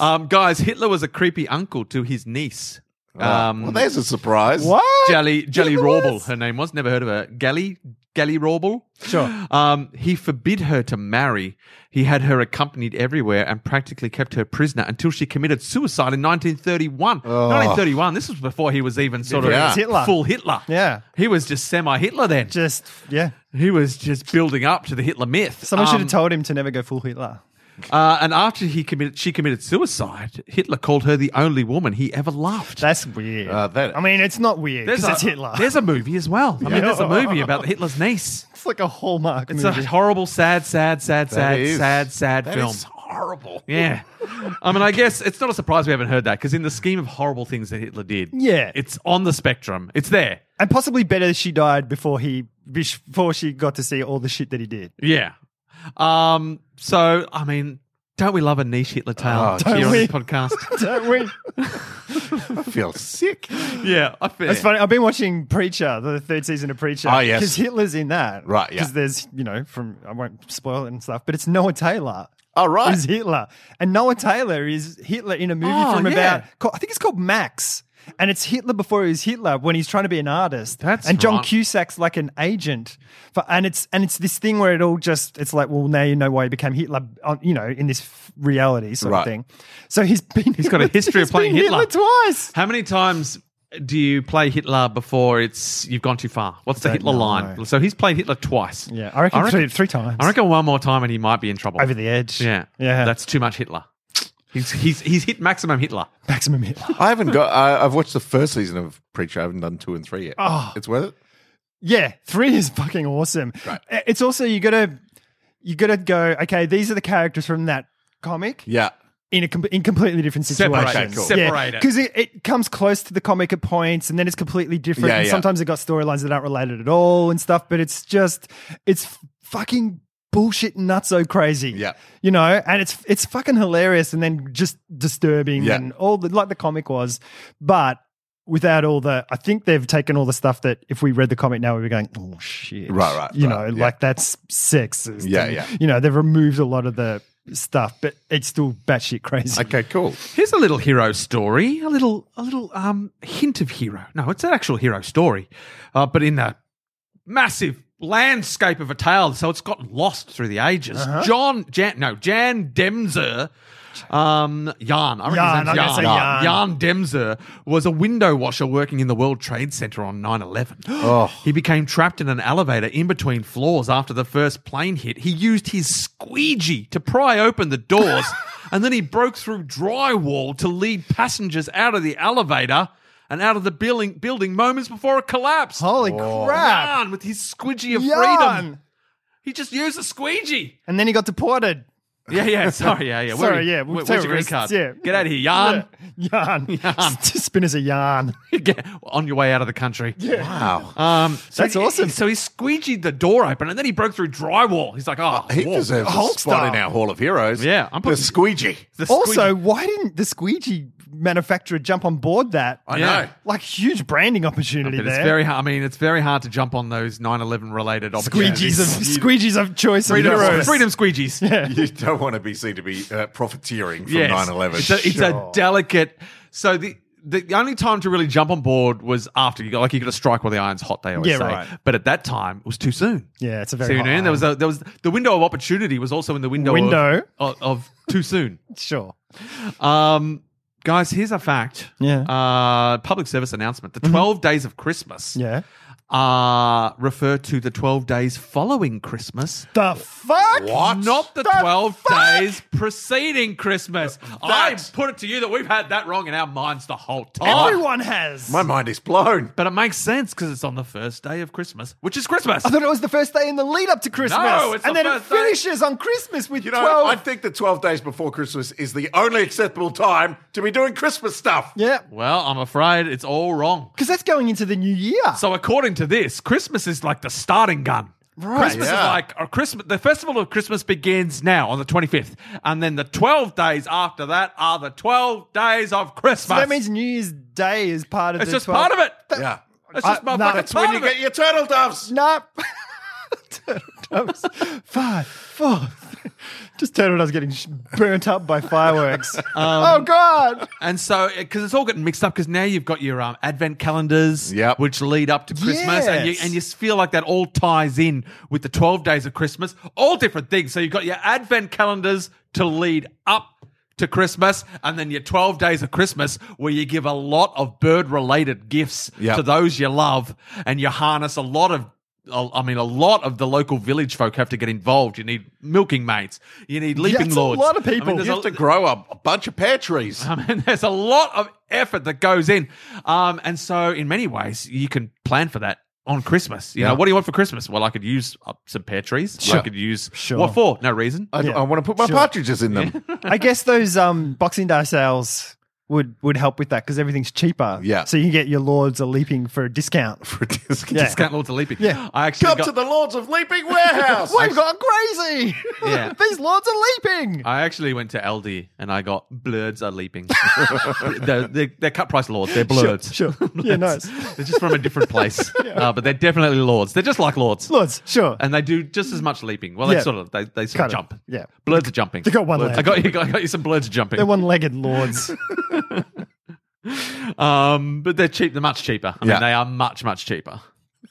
A: Ah.
B: um, guys, Hitler was a creepy uncle to his niece. Um,
A: Uh, well, there's a surprise.
C: What?
B: Jelly Jelly
C: Hitler
B: Rauble,
C: was?
B: her name was. Never heard of her. Gally Gally Rauble.
C: Sure.
B: Um, he forbid her to marry. He had her accompanied everywhere and practically kept her prisoner until she committed suicide in 1931. 1931. This was before he was even sort of
A: Yeah. It's
C: Hitler.
B: full Hitler.
C: Yeah.
B: He was just semi Hitler then.
C: Just yeah.
B: He was just building up to the Hitler myth.
C: Someone should
B: Um,
C: have told him to never go full Hitler.
B: Uh, and after he committed, she committed suicide. Hitler called her the only woman he ever loved.
C: That's weird.
A: Uh, that-
C: I mean, it's not weird because
B: a,
C: it's Hitler.
B: There's a movie as well. I mean, there's a movie about Hitler's niece.
C: it's like a hallmark
B: It's
C: movie.
B: a horrible, sad, sad, sad, sad,
A: is-
B: sad, sad
A: that
B: film.
A: is horrible.
B: Yeah. I mean, I guess it's not a surprise we haven't heard that because in the scheme of horrible things that Hitler did,
C: Yeah.
B: it's on the spectrum. It's there.
C: and possibly better she died before he before she got to see all the shit that he did.
B: Yeah. Um. So I mean, don't we love a niche Hitler tale
A: Oh,
B: here on
C: we?
B: this podcast?
C: Don't we?
A: I feel sick.
B: yeah, Ah, I feel
C: It's funny. I've been watching Preacher, the third season of Preacher.
A: Oh, yes.
C: because Hitler's in that,
A: Right, yeah.
C: Because there's you know from I won't spoil it and stuff, but it's Noah Taylor.
A: All right.
C: is Hitler. And Noah Taylor is Hitler in a movie
B: Oh,
C: from
B: yeah.
C: about, ca- I think it's called Max. And it's Hitler before he was Hitler when he's trying to be an artist.
B: That's
C: and John
B: right.
C: Cusack's like an agent. For, and it's and it's this thing where it all just it's like, well, now you know why he became Hitler, on, you know, in this f- reality sort
A: Right.
C: of thing. So he's been
B: He's got a history of
C: he's
B: playing
C: been
B: Hitler.
C: twice.
B: How many times do you play Hitler before it's you've gone too far? What's the
C: Don't
B: Hitler
C: know.
B: line? So he's played Hitler twice.
C: Yeah, I reckon,
B: I reckon-
C: three, three times.
B: I reckon one more time and he might be in trouble.
C: over the edge.
B: yeah,
C: yeah.
B: That's too much Hitler. He's he's he's hit maximum Hitler.
C: maximum Hitler.
A: I haven't got. I, I've watched the first season of Preacher. I haven't done two and three yet.
C: Oh.
A: It's worth it.
C: Yeah, three is fucking awesome.
A: Right.
C: It's also you gotta you gotta go. Okay, these are the characters from that comic
A: Yeah.
C: in a com- in completely different
B: Separate,
C: situations.
A: Okay, cool.
B: separate it.
C: because it, it comes close to the comic at points, and then it's completely different.
A: Yeah,
C: and
A: yeah.
C: Sometimes it got storylines that aren't related at all and stuff. But it's just it's f- fucking bullshit nutso crazy.
A: Yeah.
C: you know, and it's it's fucking hilarious, and then just disturbing
A: Yeah.
C: and all the like the comic was, but. Without all the, I think they've taken all the stuff that if we read the comic now, we'd be going, oh shit,
A: Right, right,
C: you
A: right,
C: know,
A: yeah.
C: like that's sexist.
A: Yeah,
C: and,
A: yeah.
C: You know, they've removed a lot of the stuff, but it's still batshit crazy.
A: Okay. Cool.
B: Here's a little hero story, a little a little um hint of hero. No, it's an actual hero story, uh, but in the massive landscape of a tale, so it's gotten lost through the ages.
C: Uh-huh.
B: John Jan, no Jan Demzer. Um, Jan, I reckon
C: Jan,
B: his name's
C: I'm gonna say
B: Jan.
C: Jan.
B: Jan Demzer was a window washer working in the World Trade Center on 9 11.
C: Oh.
B: He became trapped in an elevator in between floors after the first plane hit. He used his squeegee to pry open the doors and then he broke through drywall to lead passengers out of the elevator and out of the building, building moments before it collapsed.
C: Holy crap!
B: Jan with his squeegee of freedom.
C: Yarn.
B: He just used a squeegee.
C: And then he got deported.
B: Yeah, yeah. Sorry, yeah, yeah.
C: Sorry,
B: are you-
C: yeah, we're
B: where's your green
C: terrorists,
B: card?
C: yeah.
B: Get out of here, Jan.
C: Yarn. yarn. Spinner's a yarn.
B: Get on your way out of the country.
A: Wow.
B: Um, so
C: That's
B: he-
C: awesome.
B: So he squeegeed the door open, and then he broke through drywall. He's like, "Oh,
A: He
B: whoa.
A: deserves a spot
C: Hulk star.
A: in our Hall of Heroes.
B: Yeah, I'm
A: the
B: putting-
A: squeegee.
B: The squeegee-
C: Also, why didn't the squeegee manufacturer jump on board that?
A: I
B: Yeah.
A: know.
C: Like huge branding
B: but
C: opportunity
B: it's
C: there.
B: very hard. I mean, it's very hard to jump on those 9-11 related
C: squeegees
B: opportunities.
C: of squeegees of choice and
B: freedom,
C: heroes.
B: freedom squeegees. Yeah,
A: You don't want to be seen to be uh, profiteering from
B: yes.
A: 9-11.
B: It's, a, it's a delicate. So the. The only time to really jump on board was after you got like you got to strike while the iron's hot. They always
C: Yeah,
B: say,
C: right.
B: but at that time it was too soon.
C: Yeah, it's a
B: So
C: very
B: you
C: hot
B: know, there was
C: iron.
B: a, there was the window of opportunity was also in the window of-
C: Window.
B: of, of too soon.
C: sure.
B: Um, guys, here's a fact.
C: Yeah. Mm-hmm.
B: Uh, public service announcement: the 12 days of Christmas.
C: Yeah.
B: Uh, refer to the twelve days following Christmas.
C: The fuck?
A: What?
B: Not the,
C: The
B: 12
C: fuck?
B: days preceding Christmas. I
A: That-
B: put it to you that we've had that wrong in our minds the whole time.
C: Everyone has.
A: My mind is blown.
B: But it makes sense because it's on the first day of Christmas, which is Christmas.
C: I thought it was the first day in the lead up to Christmas.
B: it's
C: and
B: the
C: then it
B: first day.
C: finishes on Christmas with
A: You know,
C: 12.
A: I think the 12 days before Christmas is the only acceptable time to be doing Christmas stuff.
C: yeah.
B: Well, I'm afraid it's all wrong.
C: Because that's going into the new year.
B: So according to this, Christmas is like the starting gun.
C: Right.
B: Christmas
A: Yeah.
B: is like a Christmas. The festival of Christmas begins now on the 25th, and then the 12 days after that are the 12 days of Christmas.
C: So that means New Year's Day is part of
B: it's
C: the
B: just part of it.
A: Yeah.
B: It's just
C: I-
B: my
C: no,
B: fucking
C: that's
A: When
B: part
A: you
B: of it.
A: get your turtle doves.
C: No. Turtle doves. Five, four. three. Just turtle doves getting sh- burnt up by fireworks.
A: Um,
C: oh God!
B: And so, because it's all getting mixed up, because now you've got your um, advent calendars,
A: Yep.
B: which lead up to Christmas, and you
C: Yes.
B: and you feel like that all ties in with the twelve days of Christmas, all different things. So you've got your advent calendars to lead up to Christmas, and then your twelve days of Christmas, where you give a lot of bird related gifts
A: Yep.
B: to those you love, and you harness a lot of a- I mean, a lot of the local village folk have to get involved. You need milking mates. You need leaping
C: it's a
B: lords.
C: lot of
B: I mean,
C: people.
B: there's
A: You
B: a-
A: have to grow a, a bunch of pear trees.
B: I mean, there's a lot of effort that goes in. Um, and so, in many ways, you can plan for that on Christmas. You know, what do you want for Christmas? Well, I could use uh, some pear trees. I
C: Sure.
B: could use.
C: Sure.
B: What for? No reason.
A: I,
C: Yeah.
A: I want to put my
C: Sure.
A: partridges in them.
C: I guess those um, Boxing Day sales would would help with that because everything's cheaper.
A: Yeah.
C: so you can get your lords a leaping for a discount.
A: For a discount.
C: Yeah.
B: Discount Lords of Leaping.
C: Yeah.
B: I actually
A: Come
B: got,
A: to the Lords of Leaping Warehouse.
C: We've gone crazy.
B: Yeah.
C: These lords are leaping.
B: I actually went to LD and I got blurds are leaping. they're, they're, they're cut price lords. They're blurds.
C: Sure, sure. Yeah,
B: Blurds.
C: nice.
B: They're just from a different place. uh, but they're definitely lords. They're just like lords.
C: lords, sure.
B: And they do just as much leaping. Well, they
C: Yeah.
B: sort of they, they sort
C: Kind
B: of
C: of.
B: jump.
C: Yeah.
B: blurds are jumping.
C: They got one
B: Blurds.
C: leg.
B: I got you. I got you some blurds jumping.
C: They're one-legged lords.
B: Um, but they're cheap. They're much cheaper. I mean,
A: Yeah.
B: they are much, much cheaper.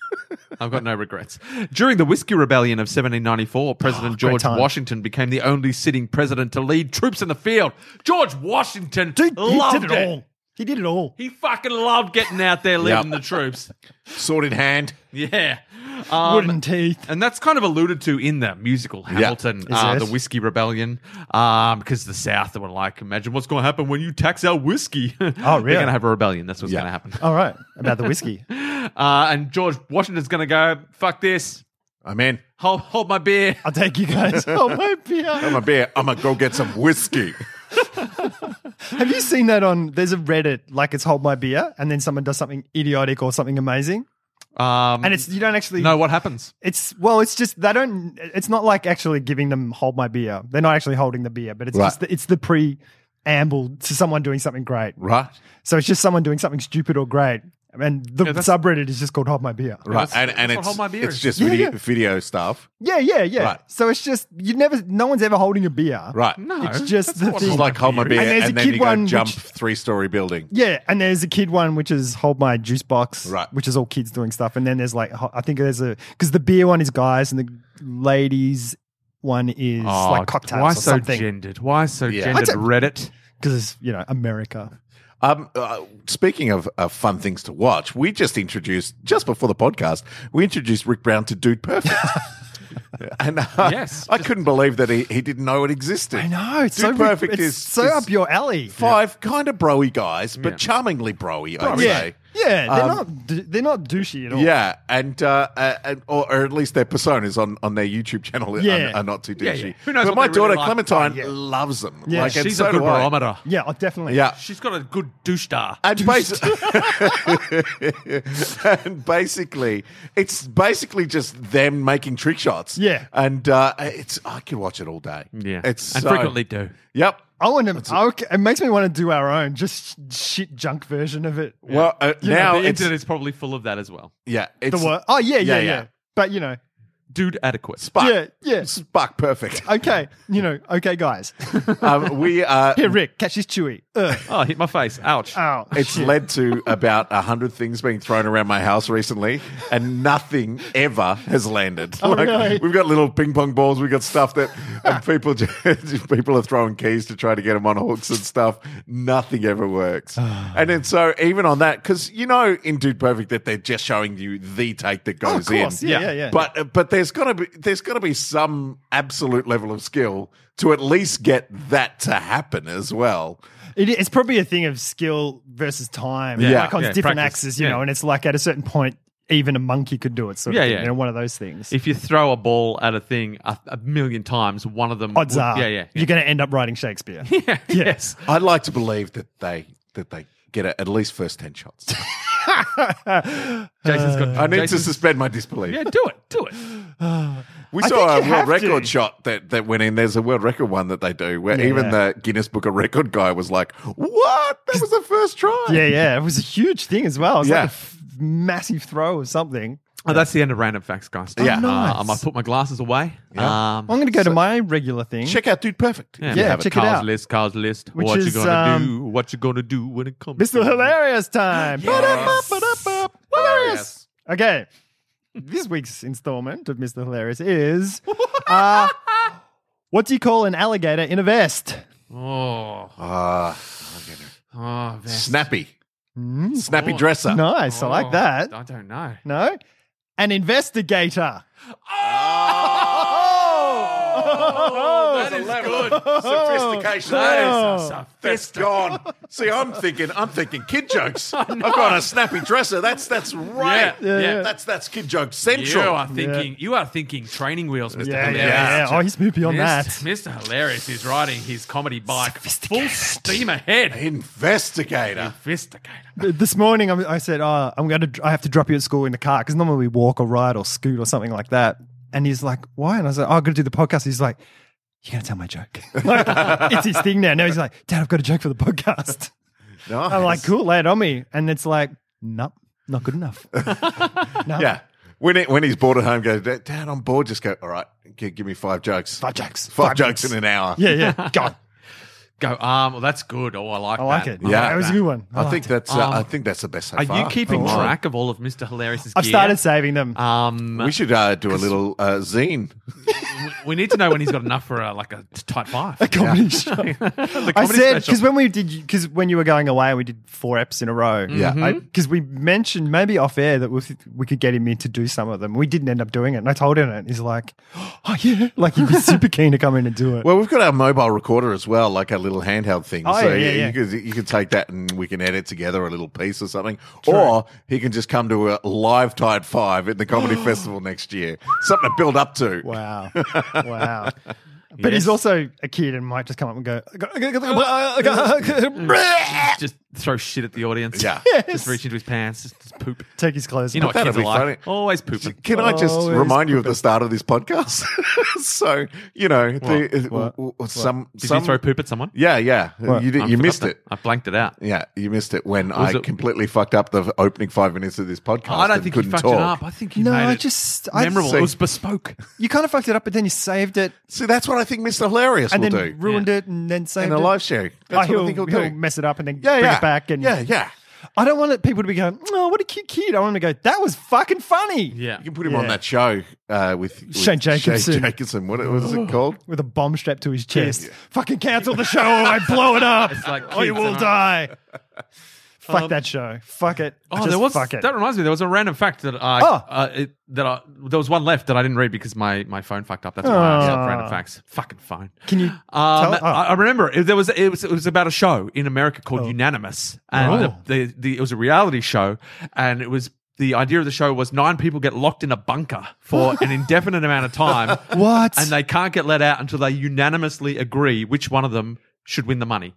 B: I've got no regrets. During the Whiskey Rebellion of 1794, President
C: Ah, great
B: George
C: time.
B: Washington became the only sitting president to lead troops in the field. George Washington
C: Dude, he
B: loved
C: did it,
B: it.
C: all. He did it all.
B: He fucking loved getting out there leading
A: Yep.
B: the troops.
A: Sword in hand.
B: Yeah. Um,
C: Wooden teeth.
B: and that's kind of alluded to in the musical Hamilton,
C: Is
B: uh,
C: it?
B: the Whiskey Rebellion, because the South they were like, imagine what's going to happen when you tax our whiskey. Oh, They're
C: really?
B: going to have a rebellion. That's what's
A: Yeah.
B: going to happen.
C: All right, about the whiskey.
B: Uh, and George Washington's going to go, fuck this,
A: I'm in.
B: hold, hold my beer.
C: I'll take you guys. Oh my beer.
A: I'm a beer. I'm going to go get some whiskey.
C: Have you seen that on? There's a Reddit like it's hold my beer, and then someone does something idiotic or something amazing,
B: Um,
C: and it's you don't actually.
B: no, what happens?
C: It's well, it's just they don't. It's not like actually giving them hold my beer. They're not actually holding the beer, but it's
A: Right.
C: just the, it's the preamble to someone doing something great.
A: Right.
C: So it's just someone doing something stupid or great, and the
B: that's-
C: subreddit is just called hold my beer.
A: Right.
B: that's-
A: and
B: that's
A: and
B: what
A: it's,
B: hold my beer
A: it's
B: is.
A: just
C: Yeah,
A: video,
C: yeah.
A: video stuff.
C: Yeah, yeah, yeah.
A: Right.
C: So it's just you never. No one's ever holding a beer.
A: Right.
B: No.
C: It's just
B: that's
C: the
B: not what
A: It's
C: thing.
A: like hold my beer
C: And
A: and,
C: there's a
A: then
C: kid
A: you go
C: one
A: jump
C: which-
A: three story building.
C: Yeah, and there's a kid one which is hold my juice box,
A: Right.
C: Which is all kids doing stuff, and then there's like ho- I think there's a because the beer one is guys and the ladies one is
B: Oh,
C: like cocktails
B: Why
C: or
B: so
C: something
B: gendered? Why so
A: Yeah.
B: gendered?
C: I don't-
B: Reddit.
C: because you know America.
A: Um, uh, speaking of uh, fun things to watch, we just introduced just before the podcast, we introduced Rick Brown to Dude Perfect. and uh,
B: Yes,
A: I couldn't believe that he, he didn't know it existed.
C: I know it's
A: Dude
C: so
A: Perfect
C: it's
A: is
C: so
A: is
C: up your alley.
A: five kind of broy guys, but
B: Yeah.
A: charmingly broy. I'd
C: yeah,
A: say.
C: yeah, they're
A: Um,
C: not d- they're not douchey at all.
A: Yeah, and uh, uh, and or, or at least their personas on, on their YouTube channel are-
C: Yeah.
A: are, not too douchey.
B: Yeah, yeah. Who knows
A: but
B: what
A: my
B: they
A: daughter
B: really like.
A: Clementine
C: Oh, yeah.
A: loves them.
C: Yeah.
A: Like, and
B: She's
A: so
B: a good
A: do I.
B: barometer.
C: yeah, oh, definitely.
A: Yeah,
B: She's got a good douche star.
A: and, basi- and basically, it's basically just them making trick shots.
C: Yeah.
A: and uh, it's I could watch it all day.
B: yeah.
A: it's
B: and
A: so-
B: frequently do.
A: Yep.
C: I want to. I, it makes me want to do our own just sh- shit junk version of it.
A: Well, uh,
C: know,
A: now
B: the
A: it's
B: internet is probably full of that as well.
A: yeah,
C: the
A: it's
C: word. Oh yeah, yeah,
A: Yeah,
C: yeah.
A: yeah.
C: But you know,
B: Dude adequate.
A: Spark.
C: Yeah, yeah.
A: Spark perfect.
C: okay, you know, okay, guys.
A: um, we uh,
C: Here, Rick, catch this chewy. Oh, Ugh.
B: Oh, I hit my face. Ouch.
C: Ow.
A: It's led to about a hundred things being thrown around my house recently, and nothing ever has landed. like,
C: Oh, no.
A: We've got little ping pong balls. We've got stuff that and people just, people are throwing keys to try to get them on hooks and stuff. Nothing ever works. and then so even on that, because you know in Dude Perfect that they're just showing you the take that
C: Oh, of
A: goes
C: course.
A: in.
C: Yeah,
B: Yeah.
C: yeah, yeah.
A: But uh, but there's gotta be there's gotta be some absolute level of skill to at least get that to happen as well.
C: It- it's probably a thing of skill versus time.
A: Yeah.
C: Like on
B: Yeah,
C: different
B: practice.
C: axes, you
B: Yeah.
C: know, and it's like at a certain point, even a monkey could do it. Sort
B: Yeah,
C: of thing,
B: yeah.
C: You know, one of those things.
B: If you throw a ball at a thing a, a million times, one of them.
C: Odds
B: would-
C: are
B: Yeah, yeah. yeah.
C: you're going to end up writing Shakespeare.
B: yeah. Yes.
A: I'd like to believe that they that they get at least first ten shots.
B: Jason's
C: Uh,
B: got.
A: I need to
B: Jason's-
A: suspend my disbelief.
B: Yeah, do it. Do it.
A: we
C: I
A: saw a
C: think you
A: world
C: have to.
A: record shot that, that went in. There's a world record one that they do where
C: Yeah.
A: even the Guinness Book of Record guy was like, "What? That was the first try."
C: yeah, yeah. It was a huge thing as well. It was
A: Yeah.
C: like a f- massive throw or something.
B: Oh, that's the end of random facts, guys.
A: Yeah.
B: Uh,
C: Oh, nice.
B: I might put my glasses away.
A: Yeah.
B: Um,
C: I'm going to go to my regular thing.
A: Check out Dude Perfect.
B: yeah,
A: If you
C: yeah,
A: have it.
C: check it
B: Carl's
C: out.
B: list, Carl's list.
C: Which
B: what
C: is,
B: you gonna
C: um,
B: do? What you gonna do when it comes?
C: Mr. Hilarious time.
A: Yes.
C: Hilarious. Okay. This week's installment of Mr. Hilarious is uh, what do you call an alligator in a vest?
B: Oh,
A: Ah, I'll get it.
B: oh, vest.
A: snappy,
C: Mm,
A: snappy dresser.
C: nice. I
B: Oh,
C: like that.
B: I don't know.
C: No? an investigator.
B: Oh, that is good.
A: Sophistication.
B: That is
A: That's
B: sophisticated.
A: gone. See, I'm thinking, I'm thinking kid jokes. I've got a snappy dresser. That's that's right.
B: Yeah, yeah.
A: That's that's kid joke
B: You
A: central.
B: are thinking. You are thinking training wheels, Mister
C: Yeah, yeah,
B: Hilarious.
C: yeah. Oh, he's moved beyond that.
B: Mister Hilarious is riding his comedy bike full steam ahead.
A: Investigator.
B: Investigator.
C: This morning, I'm- I said, "Oh, I'm going to. I have to drop you at school in the car because normally we walk or ride or scoot or something like that." And he's like, "Why?" And I said, "Oh, I'm going to do the podcast." He's like, "You're going to tell my joke." Like, it's his thing now. Now he's like, "Dad, I've got a joke for the podcast."
A: Nice.
C: I'm like, "Cool, lay it on me." And it's like, "Nope, not good enough."
A: Yeah. When it, when he's bored at home, goes, Dad, Dad, I'm bored. Just go. All right, gi- give me five jokes.
C: Five jokes.
A: Five,
C: Five
A: jokes
C: minutes.
A: in an hour.
C: Yeah, yeah. Go. on.
B: Go. Um. Well, that's good. Oh, I like.
C: I like
B: that.
C: it.
A: Yeah.
C: that was a good one. I,
A: I
C: liked
A: think
C: it.
A: that's uh,
B: Um,
A: I think that's the best so
B: Are
A: far.
B: you keeping
A: Oh, wow.
B: track of all of Mister Hilarious's?
C: I've
B: gear?
C: started saving them.
B: Um.
A: We
B: We,
A: should uh, do a little uh, zine.
B: need to know when he's got enough for a, like a type five.
C: a comedy show.
B: the comedy
C: I
B: special.
C: said because when we did because when you were going away and we did four eps in a row.
A: Yeah. Mm-hmm.
C: because we mentioned maybe off air that we, we could get him in to do some of them. We didn't end up doing it, and I told him it. He's like, "Oh yeah," like he'd be super keen to come in and do it.
A: Well, we've got our mobile recorder as well, like our little handheld thing.
C: Oh,
A: so
C: yeah, yeah, yeah.
A: you could you can take that and we can edit together a little piece or something. Or he can just come to a live Tide Five at the comedy festival next year. Something to build up to.
C: wow, wow. But
B: Yes.
C: he's also a kid and might just come up and go.
B: just throw shit at the audience.
A: Yeah.
B: Just reach into his pants. Just, just poop.
C: Take his clothes.
B: You know
C: off.
B: what kids
A: that'd
B: are
A: be funny.
B: like. Always pooping.
A: Can I just
C: Oh, it's
A: remind you of the start of this podcast? so you know, the, uh,
C: What?
A: w- w- some
B: Did
A: some
B: you throw poop at someone?
A: yeah yeah you
B: I
A: did, you
B: forgot
A: missed
B: that.
A: it.
B: I blanked it out.
A: Yeah, you missed it when I
B: Was it- Oh,
A: completely fucked up the opening five minutes of this podcast.
B: I don't
A: and
B: think you
A: couldn't
B: fucked
A: talk.
B: it up. I think you
C: No,
B: made
C: I
B: it
C: just- I-
B: memorable.
A: See.
B: it was bespoke.
C: You kind of fucked it up, but then you saved it
A: See, that's what I think Mr. Hilarious
C: and
A: will
C: then
A: do.
C: ruined it and then saved
A: in a
C: it.
A: live share.
C: Oh,
A: That's what I
C: he'll,
A: think he'll,
C: he'll
A: do.
C: mess it up and then
A: yeah,
C: bring
A: yeah.
C: it back. And
A: yeah, yeah.
C: I don't want it, people to be going, oh, what a cute kid. I want them to go, that was fucking funny.
B: Yeah.
A: You can put him
C: Yeah.
A: on that show uh, with, with
C: Shane Jacobson.
A: Shane Jacobson. What was it called?
C: With a bomb strapped to his chest. Fucking cancel the show or I blow it up.
B: It's like
C: or Oh, you
B: kids,
C: will
B: isn't it? Um,
C: die. Fuck that show. Fuck it.
B: Oh,
C: Just
B: there was
C: fuck it.
B: that reminds me. There was a random fact that I
C: Oh.
B: uh, it, that I, there was one left that I didn't read because my, my phone fucked up. That's why I stopped
C: Oh.
B: random facts. Fucking phone.
C: Can you tell-
B: Um,
C: oh.
B: I, I remember it, there was it was it was about a show in America called Unanimous, and
C: Oh.
B: the, the, the it was a reality show, and it was. The idea of the show was nine people get locked in a bunker for an indefinite amount of time.
C: What?
B: And they can't get let out until they unanimously agree which one of them should win the money,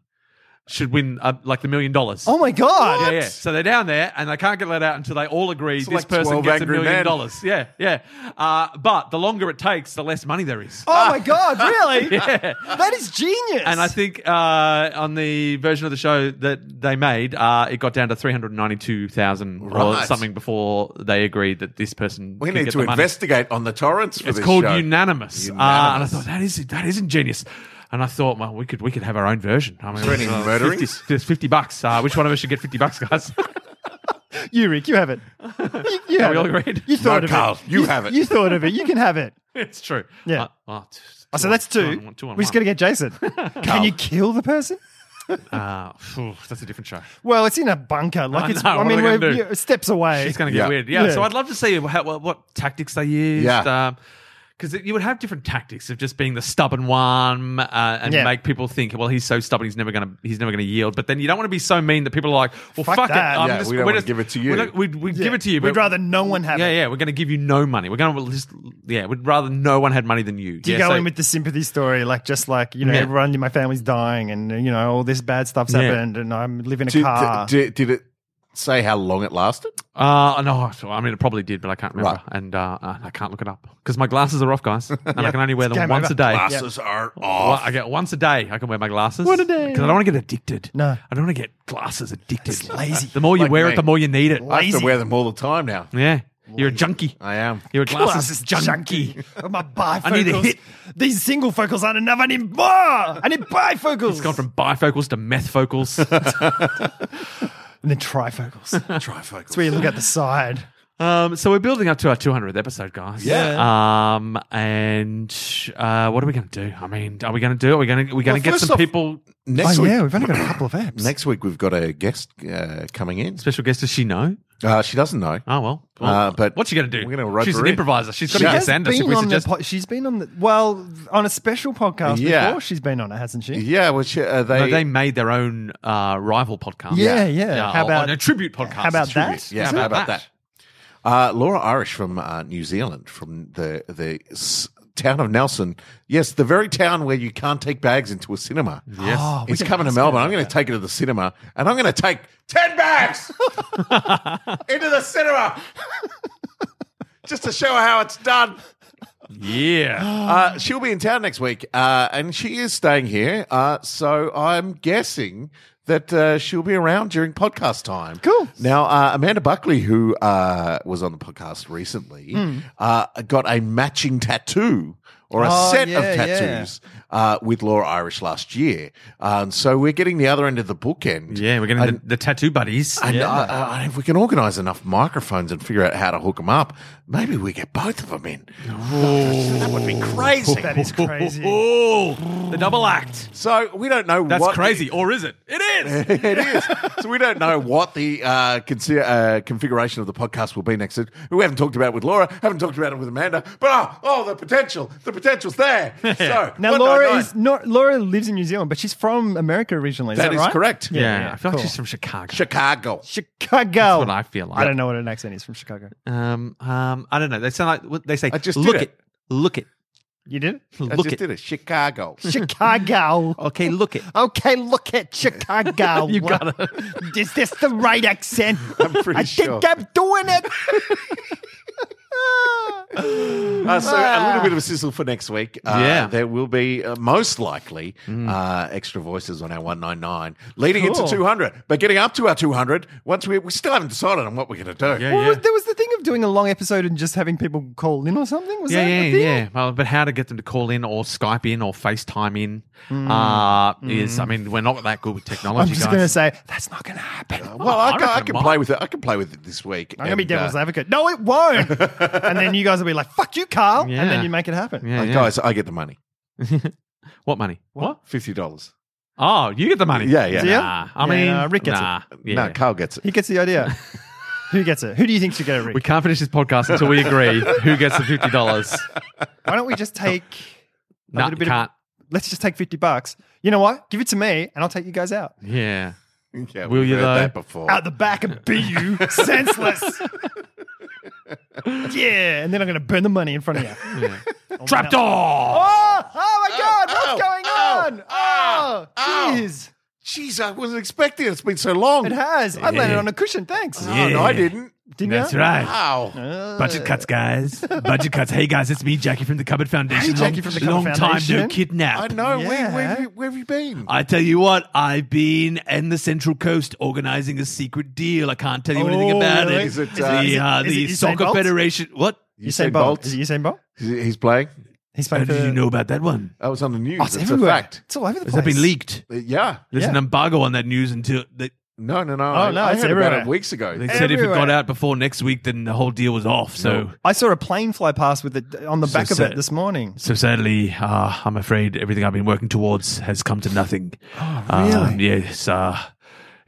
B: should win uh, like the million dollars.
C: oh my God.
B: Yeah, yeah. So they're down there and they can't get let out until they all agree this
A: like
B: person
A: 12
B: gets a
A: angry
B: million
A: men.
B: dollars. Yeah, yeah. Uh, but the longer it takes, the less money there is.
C: Oh my God. Really?
B: Yeah.
C: That is genius.
B: And I think uh, on the version of the show that they made, uh, it got down to three hundred ninety-two thousand or
A: Right.
B: something before they agreed that this person.
A: We
B: could
A: need
B: get
A: to
B: the money.
A: investigate on the torrents for
B: It's
A: this
B: called
A: show.
B: unanimous. Uh, and I
A: Unanimous.
B: thought that is that is ingenious. And I thought, well, we could we could have our own version. I mean,
A: there any
B: uh,
A: murderings?
B: 50 there's fifty bucks. Uh, which one of us should get fifty bucks, guys?
C: you, Rick, you have it. You, you have
B: we all
C: it.
B: agreed?
C: You thought
A: No,
C: of
A: Carl,
C: it.
A: you have it.
C: You thought of it. You can have it.
B: It's true.
C: Yeah.
B: Uh, well, t-
C: Oh, so
B: on-
C: that's two.
B: on- two on
C: We're just
B: one.
C: going to get Jason. Can you kill the person?
B: Uh, phew, that's a different show.
C: Well, it's in a bunker. Like
B: I
C: it's.
B: know,
C: I
B: Oh, what are
C: mean,
B: they gonna
C: we're
B: do?
C: yeah, steps away.
B: It's going to get
A: Yeah.
B: weird. Yeah,
C: Yeah.
B: So I'd love to see how, what, what tactics they used.
A: Yeah.
B: because you would have different tactics of just being the stubborn one uh, and
C: Yeah.
B: make people think, well, he's so stubborn, he's never going to, he's never going to yield. But then you don't want to be so mean that people are like, well,
C: Fuck
B: fuck, it,
C: that.
B: I'm
A: Yeah, we don't
B: we're
A: wanna give it to you.
B: We're not, we'd we'd
C: Yeah.
B: give it to you.
C: We'd
B: but-
C: rather no one have
B: Yeah,
C: it.
B: yeah. We're going to give you no money. We're going to just, yeah. We'd rather no one had money than you.
C: Do you
B: yeah,
C: go
B: so-
C: in with the sympathy story, like just like you know,
B: Yeah.
C: everyone in my family's dying, and you know, all this bad stuff's
B: Yeah.
C: happened, and I'm living a
A: Did,
C: car.
A: did, did it say how long it lasted?
B: Uh, no, I mean it probably did, but I can't remember,
A: Right.
B: and uh, uh, I can't look it up because my glasses are off, guys, and I can only wear them
C: game
B: once
C: over.
B: a day.
A: Glasses are
B: Well,
A: off.
B: I get once a day. I can wear my glasses.
C: One a day.
B: because I don't want to get addicted.
C: No.
B: I don't want to get glasses addicted.
C: It's lazy.
B: The more you
A: Like
B: wear
A: me.
B: it, the more you need it.
A: I have
C: lazy.
A: to wear them all the time now.
B: Yeah, you're a junkie.
A: I am.
B: You're a glasses,
C: Glasses
B: junkie.
C: My bifocals.
B: I need a hit.
C: These single focals aren't enough. I need more. I need bifocals.
B: It's gone from bifocals to methfocals.
C: and then trifocals.
A: Trifocals.
C: That's where you look at the side.
B: Um, so we're building up to our 200th episode, guys.
C: Yeah.
B: Um, and uh, what are we going to do? I mean, are we going to do? Are we going to? We going
A: Well,
B: to get
A: first
B: some
A: off-
B: people?
A: Next
C: oh
A: week,
C: yeah, we've only got a couple of apps.
A: next week we've got a guest uh, coming in.
B: Special guest? Does she know?
A: Uh, she doesn't know.
B: Oh well. well
A: Uh, but
B: what's she going to do?
A: we're gonna rope
B: She's an
A: her in.
B: improviser. She's got
A: She
B: to
A: has
B: guess Anderson.
C: been
B: We
C: on
B: suggest-
C: the po- she's been on the well on a special podcast
A: Yeah.
C: before. She's been on it, hasn't she?
A: Yeah, well, she, uh, they,
B: No, they made their own uh, rival podcast.
C: Yeah, yeah. How
B: How
C: about-
B: about a tribute podcast?
C: how about
B: a
C: that?
B: tribute.
A: Yeah, how about that? Uh, Laura Irish from uh, New Zealand, from the the s- town of Nelson. Yes, the very town where you can't take bags into a cinema.
B: Yes.
C: Oh, we
A: it's
C: can
A: coming to
C: ask
A: Melbourne.
C: her
A: I'm going to take it to the cinema, and I'm going to take ten bags into the cinema just to show her how it's done.
B: Yeah.
A: Uh, she'll be in town next week, uh, and she is staying here. Uh, so I'm guessing that uh, she'll be around during podcast time.
C: Cool.
A: Now, uh, Amanda Buckley, who uh, was on the podcast recently,
C: Hmm.
A: uh, got a matching tattoo or a
C: Oh,
A: set
C: yeah,
A: of
C: yeah.
A: tattoos uh, with Laura Irish last year. Um, so we're getting the other end of the bookend.
B: Yeah, we're getting
A: And-
B: the, the tattoo buddies.
A: and
C: Yeah.
A: I, I, if we can organise enough microphones and figure out how to hook them up, maybe we get both of them in. That would be crazy.
C: That is crazy.
B: Oh, the double act.
A: So we don't know.
B: That's
A: what
B: crazy, or is it? It is.
A: The, it is. So we don't know what the uh, consi- uh, configuration of the podcast will be next. We haven't talked about it with Laura. Haven't talked about it with Amanda. But oh, oh the potential. The potential's there. So
C: Now
A: what Oh, do I
C: Laura
A: know?
C: is not Laura lives in New Zealand, but she's from America originally. Is that,
A: That is
C: right?
A: correct.
B: Yeah,
C: Yeah,
B: I feel
C: cool.
B: like she's from Chicago.
A: Chicago.
C: Chicago.
B: what I feel like.
C: I don't know what an accent is from Chicago.
B: um, um, I don't know. They sound like what they say.
A: I just did
B: look
A: it.
B: it. look it,
C: You did?
A: I
B: look
A: just
B: it.
A: did it. Chicago.
C: Chicago.
B: Okay, look it.
C: Okay, look at Chicago. you got it. Is this the right accent? I'm
A: pretty
C: I
A: sure.
C: think I'm doing it.
A: Uh, so a little bit of a sizzle for next week. Uh,
B: Yeah.
A: there will be uh, most likely uh, extra voices on our one nine nine, leading
C: Cool.
A: into two hundred, but getting up to our two hundred. Once we we still haven't decided on what we're going to do.
B: Yeah,
C: Well,
B: yeah.
C: there was the thing of doing a long episode and just having people call in or something. Was
B: yeah,
C: that
B: yeah,
C: the thing?
B: yeah. Well, but how to get them to call in or Skype in or FaceTime in uh, is, I mean, we're not that good with technology,
C: Hmm, I'm just
B: guys.
C: going to say that's not going to happen.
A: Well, I,
B: Oh, I
A: can, I
B: reckon
A: can
B: mine-
A: play with it. I can play with it this week.
C: I'm going to be
A: And, uh,
C: devil's advocate. No, it won't. and then you guys will be like, "Fuck you, Carl," and
B: Yeah.
C: then you make it happen.
B: yeah,
A: and
B: yeah.
A: Guys, I get the money.
B: what money? What?
A: Fifty dollars.
B: Oh, you get the money.
A: Yeah, yeah.
C: See ya?
B: Nah, I
C: Yeah,
B: mean,
C: no, Rick gets it.
B: nah, Yeah.
A: No, Carl gets it.
C: He gets the idea. Who gets it? Who do you think should get it, Rick?
B: we can't finish this podcast until we agree who gets the fifty dollars.
C: Why don't we just take? A
B: no,
C: little bit of-
B: can't.
C: Let's just take fifty bucks. You know what? Give it to me, and I'll take you guys out
B: Yeah,
A: Yeah,
B: Will
A: we've
B: you
A: heard
B: though?
A: that before?
C: out the back and beat you senseless. yeah, and then I'm going to burn the money in front of you.
B: trapdoor.
C: Oh, oh my God! What's
A: ow,
C: going
A: ow,
C: on?
A: ow,
C: Oh,
A: ow.
C: jeez.
A: Jeez, I wasn't expecting it. It's been so long.
C: It has. I landed
B: Yeah.
C: on a cushion. Thanks.
A: Oh, no,
B: Yeah.
A: I didn't.
C: Didn't
B: That's
C: ya?
B: right.
A: Wow.
C: Uh,
B: Budget cuts, guys. Budget cuts. Hey, guys, it's me, Jackie from the Cupboard Foundation.
C: Hey, Jackie
B: long
C: from the Cupboard
B: long time
C: Foundation.
B: no kidnap.
A: I know. Where,
C: Yeah.
A: where, have you, where have you been?
B: I tell you what, I've been in the Central Coast organizing a secret deal. I can't tell you anything
C: Oh,
B: about
C: really?
B: it.
A: Is it,
B: the
A: uh,
B: uh,
C: is it-
B: the
C: is it Usain
B: Soccer
C: Bolt?
B: Federation? What?
C: Usain Bolt. Is it Usain Bolt?
A: He- He's playing.
C: He's
B: How
C: playing for.
B: did you know about that one?
A: I was on the news.
C: Oh,
A: That's
C: it's
A: it's a
C: everywhere.
A: fact.
C: It's all over the
B: Has that
C: place.
B: been leaked?
A: Uh, Yeah.
B: There's an
C: Yeah.
B: embargo on that news until they,
A: No, no, no.
C: Oh, no,
A: I, I
C: it's
A: heard about it
C: everywhere.
A: weeks ago.
B: they said if it got
C: Everywhere.
B: out before next week, then the whole deal was off. So.
C: I saw a plane fly past with it on the back of
B: sad.
C: it this morning.
B: So sadly, uh, I'm afraid everything I've been working towards has come to nothing. Oh, really? yes. Uh,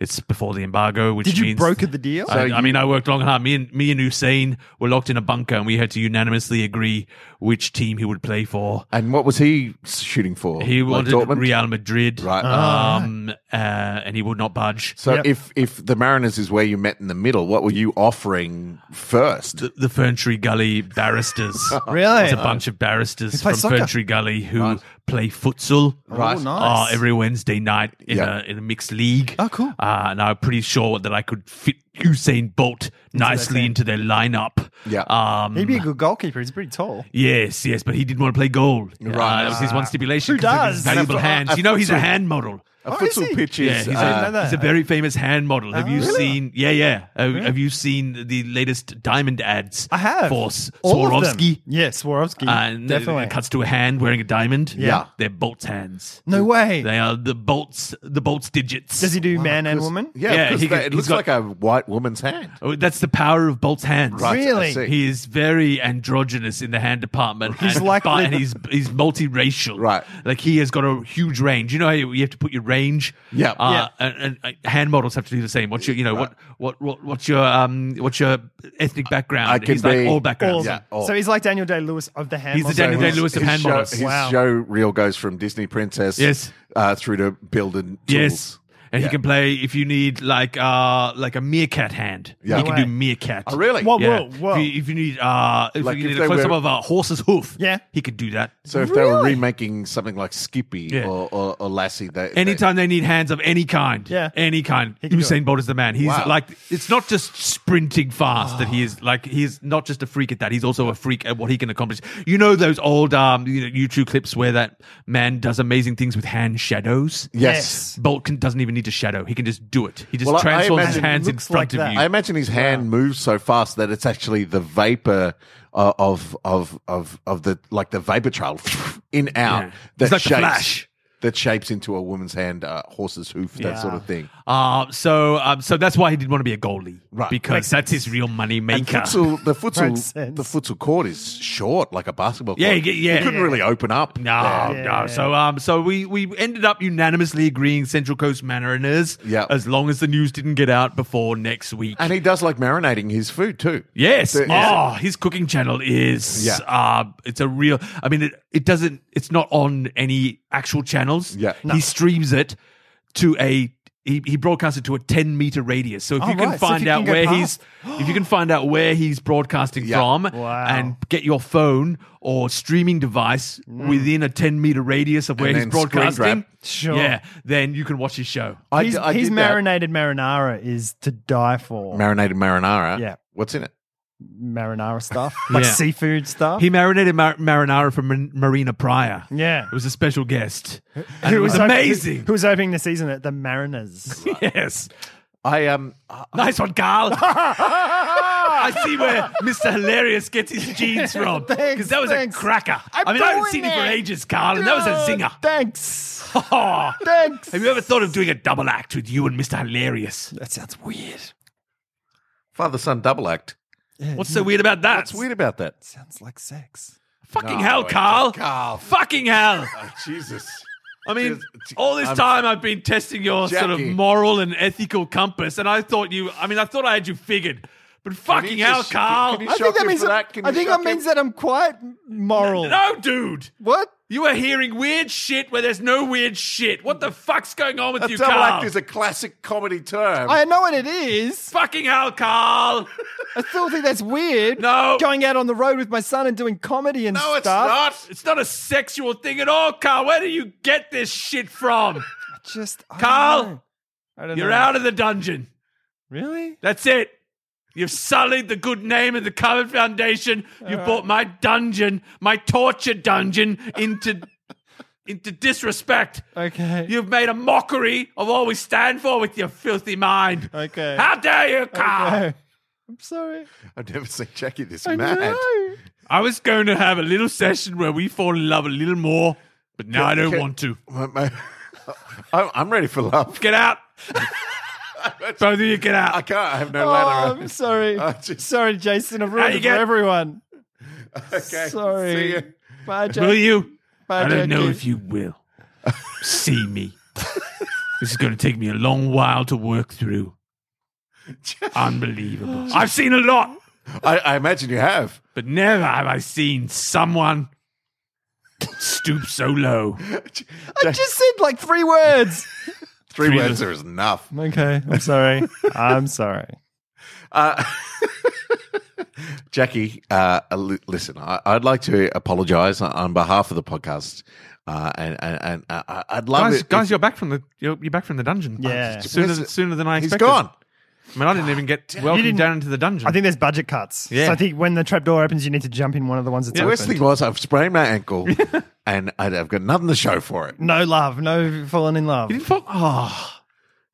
B: it's before the embargo, which
C: Did you
B: means
C: broker the deal?
B: I,
A: So
B: I mean, I worked long and hard. Me and me and Hussein were locked in a bunker, and we had to unanimously agree which team he would play for.
A: and what was he shooting for?
B: He
A: Like
B: wanted
A: Dortmund?
B: Real Madrid,
A: Right.
B: Um,
C: Ah.
B: uh, and he would not budge.
A: So
C: Yep.
A: if if the Mariners is where you met in the middle, what were you offering first?
B: The, the Ferntree Gully barristers.
C: Really?
B: It's a bunch of barristers from
C: play Uh, soccer.
B: Ferntree Gully who play futsal.
A: Right.
C: Oh, nice.
B: uh, every Wednesday night in,
A: Yeah.
B: a, in a mixed league.
C: Oh, cool.
B: Uh, and I'm pretty sure that I could fit Usain Bolt nicely
C: team.
B: into their lineup.
A: Yeah.
B: Um,
C: He'd be a good goalkeeper. He's pretty tall.
B: yes, yes, but he didn't want to play goal.
A: Right.
B: Uh, that was his one stipulation.
C: Who
B: 'cause of his
C: does?
B: Valuable
A: And I-
B: hands.
A: I-
B: you know, he's a
A: so-
B: hand model.
A: A
C: Oh, is
A: futsal
C: he?
A: pitch
B: Yeah,
A: is
B: he's,
A: uh,
C: know
B: a,
C: that.
B: he's a very famous hand model. Have you
C: really?
B: seen? Yeah, yeah. Uh, Have you seen the latest diamond ads?
C: I have.
B: for S-
C: All of them.
B: Swarovski. Uh,
C: Yeah, Swarovski.
B: And it-
C: Definitely.
B: it cuts to a hand wearing a diamond.
A: Yeah.
B: they're Bolt's hands.
C: no way.
B: They are the Bolt's the Bolt's digits.
C: Does he do man and woman?
A: yeah,
B: Yeah,
A: because
B: he-
A: that-
B: he's
A: it looks
B: got-
A: like a white woman's hand.
B: Oh, that's the power of Bolt's hands.
A: Right, I
C: Really?
A: see.
B: He is very androgynous in the hand department.
C: He's
B: and,
C: like
B: but-
C: the-
B: and he's he's multiracial.
A: Right.
B: Like he has got a huge range. You know, how you you have to put your range.
A: Yeah.
B: Uh, And, and, uh, hand models have to do the same. What's your, you know, what, what, what, what's your, um, what's your ethnic background?
A: I can
B: He's like
A: be-
B: all backgrounds.
C: Awesome.
A: Yeah, all-
C: So he's like Daniel Day Lewis of the hand.
B: He's the
C: model.
B: Daniel
A: his-
B: Day-Lewis of
A: his
B: hand
A: show,
B: models.
A: His
C: Wow.
A: show reel goes from Disney Princess
B: Yes.
A: uh, through to building tools.
B: Yes. And
A: Yeah.
B: he can play if you need like uh like a meerkat hand.
A: Yeah.
B: He
A: No
B: can
C: way.
B: do meerkat.
A: Oh, really?
C: Whoa,
B: Yeah.
C: whoa, whoa.
B: If you, if you need uh if
A: Like,
B: you
A: if
B: need
A: they
B: a close up
A: were-
B: of a horse's hoof.
C: Yeah.
B: He could do that.
A: So if they were
C: Really?
A: remaking something like Skippy
B: Yeah.
A: or, or, or Lassie, they, they-
B: Anytime they need hands of any kind,
C: Yeah.
B: any kind,
C: can do it.
B: Usain Bolt is the man. He's
A: Wow.
B: like, it's not just sprinting fast that he is. Like, he's not just a freak at that. He's also a freak at what he can accomplish. You know those old um, you know, YouTube clips where that man does amazing things with hand shadows.
A: yes.
B: Bolt can, doesn't even need to shadow. He can just do it. He just
A: Well, I- I
B: transforms his
A: imagine it
B: hands in
C: looks
B: front
C: like
B: of
C: that.
B: you.
A: I imagine his hand moves so fast that it's actually the vapor uh, of of of of the like the vapor trail in out
B: Yeah.
A: that
B: It's like the
A: shapes
B: Flash.
A: that shapes into a woman's hand, uh, horse's hoof, that
C: Yeah.
A: sort of thing.
B: Uh, so, um, so that's why he didn't want to be a goalie,
A: Right.
B: Because
C: Makes
B: that's his real money
A: And
B: maker.
A: futsal, the
C: Makes
A: futsal,
C: sense.
A: the futsal court is short, like a basketball.
B: Yeah,
A: court.
B: you get- yeah.
A: You couldn't really open up.
B: No,
C: Yeah.
B: no. So, um, so we we ended up unanimously agreeing Central Coast Mariners.
A: Yeah.
B: As long as the news didn't get out before next week.
A: And he does like marinating his food too.
B: yes.
A: So-
B: Oh, his cooking channel is.
A: Yeah.
B: Uh, it's a real. I mean, it, it doesn't. It's not on any actual channels.
A: Yeah. No.
B: He streams it to a. He, he broadcasts it to a ten meter radius. So if
C: Oh,
B: you can
C: right. So if
B: find
C: you can
B: out
C: get
B: where
C: past-
B: he's, if you can find out where he's broadcasting
A: Yeah.
B: from,
C: Wow.
B: and get your phone or streaming device
C: Mm.
B: within a ten meter radius of where he's
A: then screen grab.
B: broadcasting.
C: Sure.
B: Yeah, then you can watch his show.
A: I,
C: He's,
A: d- I
C: he's
A: did that.
C: marinated marinara is to die for.
A: marinated marinara.
C: Yeah.
A: what's in it?
C: marinara stuff, like
B: Yeah.
C: seafood stuff.
B: He marinated mar- marinara from Mar- Marina Pryor.
C: yeah.
B: It was a special guest. And it
C: Who
B: was
C: op-
B: amazing.
C: who was opening the season at the Mariners?
B: yes.
A: I um, I-
B: Nice one, Carl. I see where Mr. Hilarious gets his genes from.
C: Thanks,
B: Because that was
C: thanks.
B: a cracker. i
C: I'm
B: mean, I haven't
C: going
B: seen him for
C: there.
B: ages, Carl, and Oh, that was a zinger.
C: Thanks.
B: Oh.
C: Thanks.
B: Have you ever thought of doing a double act with you and Mr. Hilarious?
C: That sounds weird.
A: father son double act.
B: What's so weird about that?
A: What's weird about that?
C: Sounds like sex.
B: Fucking
A: No,
B: hell,
A: it's-
B: Carl.
A: Carl.
B: Fucking hell.
A: Oh, Jesus.
B: I mean,
A: Just-
B: all this
A: I'm-
B: time I've been testing your sort of
A: Jackie.
B: moral and ethical compass, and I thought you, I mean, I thought I had you figured. But fucking
A: you
B: hell,
A: just-
B: Carl.
A: can you- I Shock think that you means for that. that- Can I
C: I
A: you think
C: think
A: shock
C: that
A: that means
C: means
A: him?
C: that I'm quite moral.
B: No, dude.
C: What?
B: You are hearing weird shit where there's no weird shit. What the fuck's going on with
A: A
B: you,
A: double
B: Carl?
A: act is a classic comedy term.
C: I know what it is.
B: fucking hell, Carl.
C: I still think that's weird.
B: No.
C: Going out on the road with my son and doing comedy and
A: no, it's
C: stuff.
A: not.
B: It's not a sexual thing at all, Carl. Where do you get this shit from?
C: It's Just I don't
B: Carl,
C: know. I don't
B: You're
C: know.
B: out of the dungeon.
C: Really?
B: That's it. You've sullied the good name of the Coven Foundation. You've brought my dungeon, my torture dungeon, into into disrespect.
C: Okay.
B: You've made a mockery of all we stand for with your filthy mind.
C: okay.
B: How dare you, Carl?
C: Okay. I'm sorry.
A: I've never seen Jackie this
C: I
A: mad.
C: know.
B: I was going to have a little session where we fall in love a little more, but now I don't
A: okay.
B: want to.
A: My- my- I'm I'm ready for love.
B: Get out. Both of you get
A: I
B: out.
A: can't. I have no
C: Oh,
A: ladder.
C: I'm sorry.
A: I just-
C: Sorry, Jason. I've
B: you
C: ruined it
B: get-
C: for everyone.
A: Okay.
C: Sorry.
A: See ya.
C: Bye, Jack.
B: Will you?
C: Bye,
B: I don't know
C: Jackie.
B: if you will. See me. This is going to take me a long while to work through. Unbelievable. I've seen a lot,
A: I, I imagine you have.
B: but never have I seen someone stoop so low.
C: I just said like three words.
A: Three
B: Three
A: words
B: little-
A: are enough.
C: okay. I'm sorry. I'm sorry.
A: Uh, Jackie, uh, li- listen, I, I'd like to apologise on, on behalf of the podcast, uh, and and, and uh, I- I'd love
B: Guys,
A: it.
B: guys,
A: if-
B: you're back from the you're, you're back from the dungeon.
C: Yeah.
B: sooner
A: Listen,
B: sooner than I
A: he's
B: expected.
A: gone.
B: I mean, I didn't even get welcomed
C: didn't-
B: down into the dungeon.
C: I think there's budget cuts.
B: Yeah.
C: So I think when the trapdoor opens, you need to jump in one of the ones that's
A: The worst
C: open.
A: thing was I've sprained my ankle, and I- I've got nothing to show for it.
C: No love. No falling in love.
B: you didn't fall. Oh.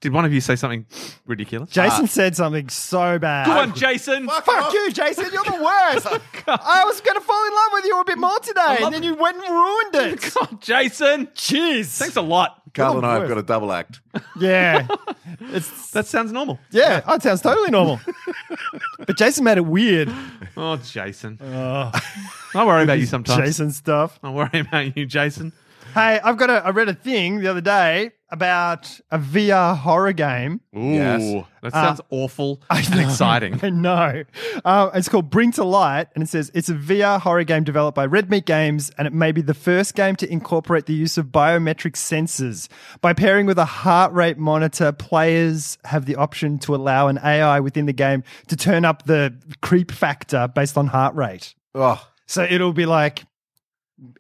B: Did one of you say something ridiculous?
C: Jason said something so bad.
B: Ah. Go on, Oh, Jason.
A: off.
C: Fuck you, Jason. You're the worst. I was going to fall in love with you a bit more today, and then you went and ruined it.
B: Come on, Jason.
C: Jeez.
B: Thanks a lot.
A: Carl and I have
C: worst.
A: got a double act.
C: Yeah. It's
B: That sounds normal.
C: yeah, that sounds totally normal. but Jason made it weird.
B: Oh, Jason.
C: Oh.
B: I worry about you sometimes.
C: Jason stuff.
B: I worry about you, Jason.
C: Hey, I've got a I read a thing the other day about a VR horror game.
B: Ooh, that sounds awful and
C: Uh, know.
B: exciting.
C: I know. Uh, it's called Bring to Light, and it says it's a VR horror game developed by Red Meat Games, and it may be the first game to incorporate the use of biometric sensors. By pairing with a heart rate monitor, players have the option to allow an AI within the game to turn up the creep factor based on heart rate.
A: Oh,
C: So it'll be like.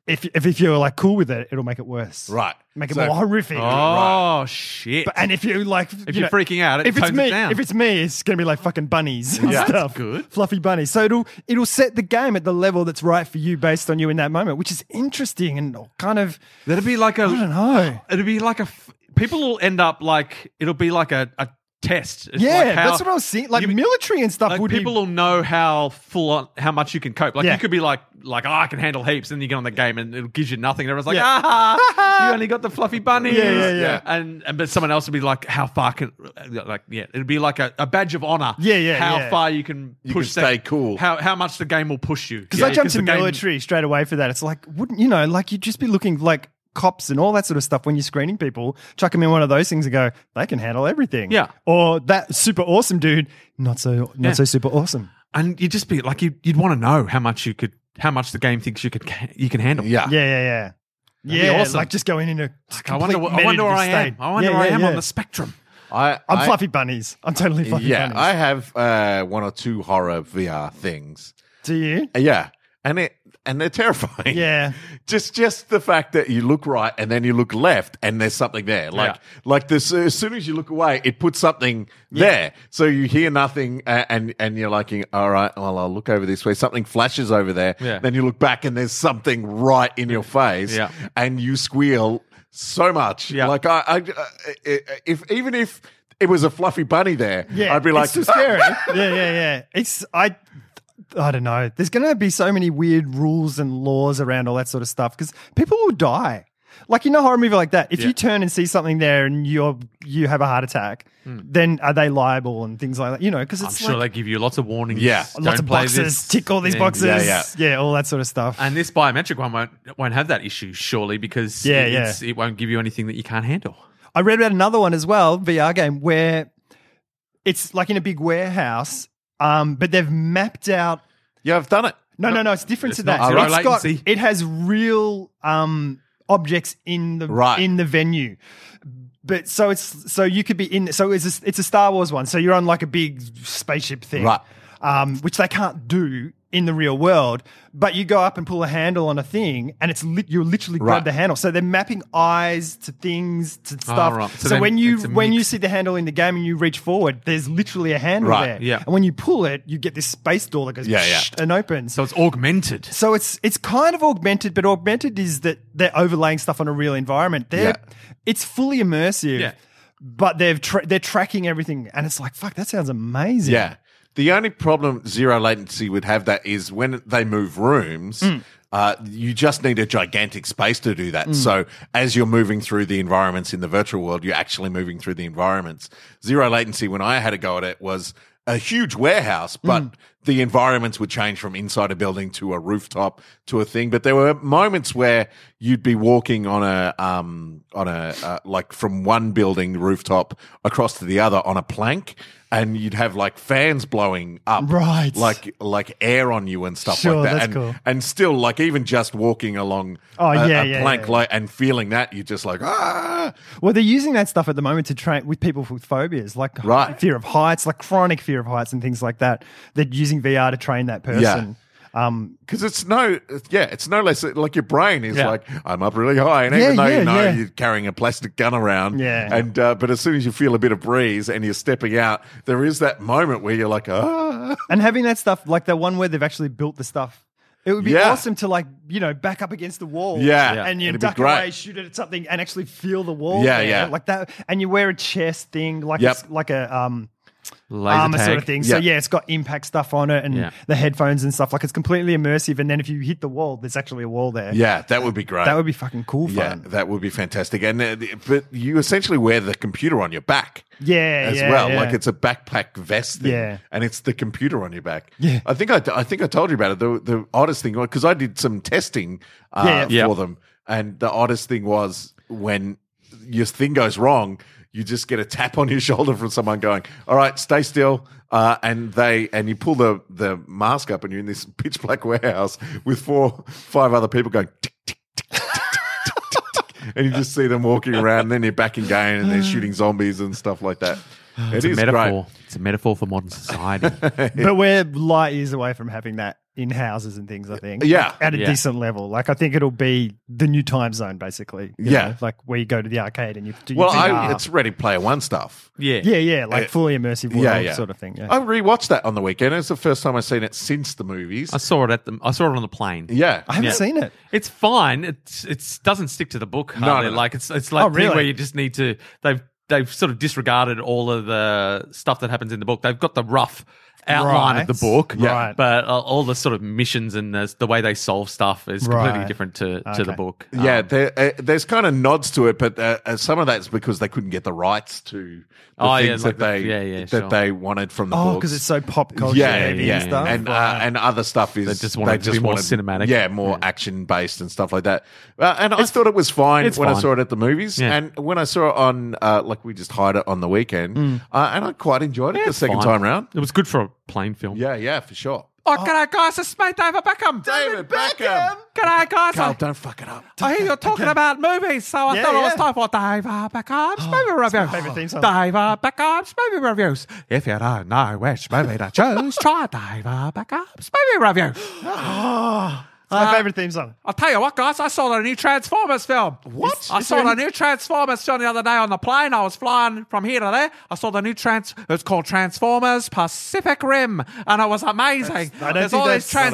C: If, if, if you're like cool with it, it'll make it worse.
A: right.
C: Make it
A: So-
C: more horrific.
B: Oh shit!
C: But- and if you like,
B: If
C: you
B: you're freaking out, it
C: if it's
B: tones it
C: me,
B: down.
C: if it's me, it's gonna be like fucking bunnies and
A: Yeah. That's
C: stuff.
B: good.
C: fluffy bunnies. So it'll it'll set the game at the level that's right for you based on you in that moment, which is interesting and kind of
B: That'd be like a.
C: I don't know.
B: It'd be like a. f- People will end up like it'll be like a, a test. It's
C: Yeah,
B: like how-
C: that's what I was seeing. Like
B: you-
C: military and stuff
B: Like
C: would
B: people
C: be.
B: will know how full on how much you can cope. Like
C: Yeah.
B: you could be like like oh, I can handle heaps, and you get on the game and it gives you nothing. And everyone's like,
C: Yeah.
B: ah, you only got the fluffy bunnies.
C: Yeah, yeah, yeah.
B: And, and but someone else would be like, how far can like yeah, it'd be like a, a badge of honor.
C: Yeah, yeah,
B: How
C: yeah.
B: far you can push
A: can
B: that-
A: stay cool.
B: How how much the game will push you?
C: Because I jumped to military straight away for that. It's like, wouldn't you know, like you'd just be looking like cops and all that sort of stuff when you're screening people, chuck them in one of those things and go, they can handle everything.
B: Yeah.
C: Or that super awesome dude, not so not
B: Yeah.
C: so super awesome.
B: and you'd just be like you you'd want to know how much you could how much the game thinks you could you can handle.
A: Yeah.
C: Yeah, yeah, yeah.
B: That'd be
C: yeah,
B: awesome.
C: like just going in a.
B: Like, I wonder. I wonder where I am. I wonder where I am on the spectrum.
A: I,
C: I'm
A: I-
C: fluffy bunnies. I'm totally fluffy
A: Yeah,
C: bunnies.
A: I have uh, one or two horror VR things.
C: Do you?
A: Yeah, and it and they're terrifying.
C: Yeah.
A: just just the fact that you look right and then you look left and there's something there. Like like this, uh, as soon as you look away, it puts something there. So you hear nothing uh, and and you're like, all right, well I'll look over this way. Something flashes over there.
B: Yeah.
A: Then you look back and there's something right in your face.
B: Yeah.
A: and you squeal so much.
B: Yeah.
A: like I, I uh, if even if. It was a fluffy bunny there.
C: Yeah.
A: I'd be like,
C: it's too
B: "Ah!"
C: scary. yeah, yeah, yeah. It's I. I don't know. There's going to be so many weird rules and laws around all that sort of stuff because people will die. Like you know, horror movie like that. If
B: Yeah.
C: you turn and see something there and you're you have a heart attack, then are they liable and things like that? You know, because
B: Hmm. I'm
C: it's
B: sure
C: like
B: they give you lots of warnings.
A: Yeah.
B: Don't
C: lots of
B: play
C: boxes.
B: this.
C: Tick all these
B: Yeah.
C: boxes.
A: Yeah, yeah.
C: yeah, all that sort of stuff.
B: And this biometric one won't won't have that issue surely because
C: Yeah,
B: it,
C: yeah.
B: it's- it won't give you anything that you can't handle.
C: I read about another one as well, VR game, where it's like in a big warehouse, um, but they've mapped out.
A: yeah, I've done it.
C: No, no, no, it's different
B: It's
C: to that.
B: not zero
C: It's got-
B: latency.
C: it has real um, objects in the
A: Right.
C: in the venue. But so it's so you could be in. So it's a, it's a Star Wars one. So you're on like a big spaceship thing,
A: Right.
C: Um, which they can't do in the real world. But you go up and pull a handle on a thing, and it's lit you literally grab
A: Right.
C: the handle. So they're mapping eyes to things to stuff.
B: Ah, right. So
C: So,
B: then
C: when you
B: it's a
C: when you
B: mix.
C: see the handle in the game and you reach forward, there's literally a handle
A: Right,
C: there.
B: yeah.
C: And when you pull it, you get this space door that goes
A: Yeah, yeah.
C: psh and opens.
B: So it's augmented.
C: So it's it's kind of augmented, but augmented is that they're overlaying stuff on a real environment. They're it's fully immersive.
B: Yeah.
C: But they've tra- they're tracking everything, and it's like fuck. That sounds amazing.
A: Yeah. The only problem zero latency would have that is when they move rooms, uh, you just need a gigantic space to do that. So as you're moving through the environments in the virtual world, you're actually moving through the environments. Zero latency, when I had a go at it, was a huge warehouse, but the environments would change from inside a building to a rooftop to a thing. But there were moments where you'd be walking on a, um, on a, uh, like from one building rooftop across to the other on a plank and you'd have like fans blowing up,
C: Right.
A: Like like air on you and stuff
C: Sure,
A: like that.
C: that's
A: and,
C: cool.
A: and still like even just walking along
C: Oh,
A: a,
C: yeah,
A: a
C: yeah,
A: plank
C: yeah.
A: like and feeling that you're just like ah
C: Well, they're using that stuff at the moment to train with people with phobias, like h-
A: Right.
C: fear of heights, like chronic fear of heights, and things like that. They're using VR to train that person. Um,
A: because it's no yeah it's no less like your brain is
C: Yeah.
A: like I'm up really high and
C: Yeah,
A: even though
C: yeah,
A: you know
C: yeah.
A: you're carrying a plastic gun around
C: Yeah.
A: and uh, but as soon as you feel a bit of breeze and you're stepping out there is that moment where you're like ah
C: and having that stuff, like the one where they've actually built the stuff. It would be
A: Yeah.
C: awesome to like you know back up against the wall,
A: Yeah. Yeah.
C: and you
A: It'd be
C: duck
A: great.
C: away, shoot it at something, and actually feel the wall,
A: Yeah,
C: there,
A: yeah.
C: like that. And you wear a chest thing, like
A: Yep.
C: it's like a um,
B: Laser
C: armor
B: tag.
C: sort of thing. So
A: Yeah.
C: yeah, it's got impact stuff on it, and
B: Yeah.
C: the headphones and stuff. Like it's completely immersive. And then if you hit the wall, there's actually a wall there.
A: yeah that would be great
C: that would be fucking cool. Fun.
A: yeah that would be fantastic and uh, but you essentially wear the computer on your back
C: Yeah,
A: as
C: yeah,
A: well.
C: yeah.
A: Like it's a backpack vest thing,
C: Yeah.
A: and it's the computer on your back.
C: Yeah.
A: I think I, I think I told you about it. The, the oddest thing because I did some testing uh,
C: Yeah,
A: for
B: yeah. Yeah.
A: them, and the oddest thing was when your thing goes wrong, you just get a tap on your shoulder from someone going, "All right, stay still," uh, and they and you pull the the mask up, and you're in this pitch black warehouse with four, five other people going. Tick, tick, tick, tick, tick, tick, tick, tick," And you just see them walking around, and then you're back in game, and they're shooting zombies and stuff like that. It's
E: metaphor. It's a metaphor for modern society.
C: But we're light years away from having that in houses and things, I think.
A: Yeah.
C: Like, at a
E: Yeah.
C: decent level. Like, I think it'll be the new time zone, basically. you
A: Yeah.
C: know, like, where you go to the arcade and you do
A: Well,
C: your
A: I,
C: VR.
A: it's Ready Player One stuff.
E: yeah.
C: yeah, yeah. Like,
A: Uh,
C: fully immersive world
A: yeah, yeah.
C: sort of thing. Yeah.
A: I rewatched that on the weekend. It's the first time I've seen it since the movies.
E: I saw it at the. I saw it on the plane.
A: yeah.
C: I haven't
E: Yeah.
C: seen it.
E: It's fine. It's it's doesn't stick to the book hardly.
A: no, no.
E: Like it's it's like
C: Oh,
E: thing
C: really?
E: where you just need to they've they've sort of disregarded all of the stuff that happens in the book. They've got the rough outline
C: Right.
E: of the book,
C: Yeah. Right.
E: but uh, all the sort of missions and the, the way they solve stuff is completely
C: Right.
E: different to, to the
C: Okay.
E: book.
A: yeah, there, uh, there's kind of nods to it, but uh, uh, some of that's because they couldn't get the rights to the
E: Oh, yeah,
A: things
E: like
A: that they
E: the- yeah, yeah,
A: that
E: sure.
A: they wanted from the
C: Oh,
A: books.
C: because it's so pop culture
A: yeah,
C: heavy
A: yeah,
C: and stuff.
A: and uh, and other stuff is
E: They just wanted it to be more cinematic.
A: yeah, more action based and stuff like that. Uh, and I thought it was fine
E: it's
A: when I
E: fine.
A: saw it at the movies,
E: Yeah.
A: and when I saw it on uh, like we just hired it on the weekend,
C: Mm.
A: uh, and I quite enjoyed it the
E: It's
A: second
E: fine.
A: time round.
E: It was good for a plane film.
A: Yeah, yeah, for sure.
E: Oh, can I guys? It's mate David Beckham.
A: David Beckham.
E: Can I guys?
A: Carl, don't fuck it up.
E: I hear you're talking about movies, so I
C: Yeah, Oh,
E: thought it was
C: yeah.
E: time for Dave uh, Beckham's movie reviews.
C: favourite theme song.
E: Dave uh, Beckham's movie reviews. If you don't know which movie to choose, try Dave uh, Beckham's movie review.
C: It's my favorite theme song.
E: I'll tell you what, guys, I saw the new Transformers film.
A: What?
E: I
A: Is
E: saw
A: there
E: the
A: any-
E: new Transformers film the other day on the plane. I was flying from here to there. I saw the new trans. It's called Transformers Pacific Rim, and it was amazing.
C: I don't
E: There's
C: think
E: all these
C: that's- uh,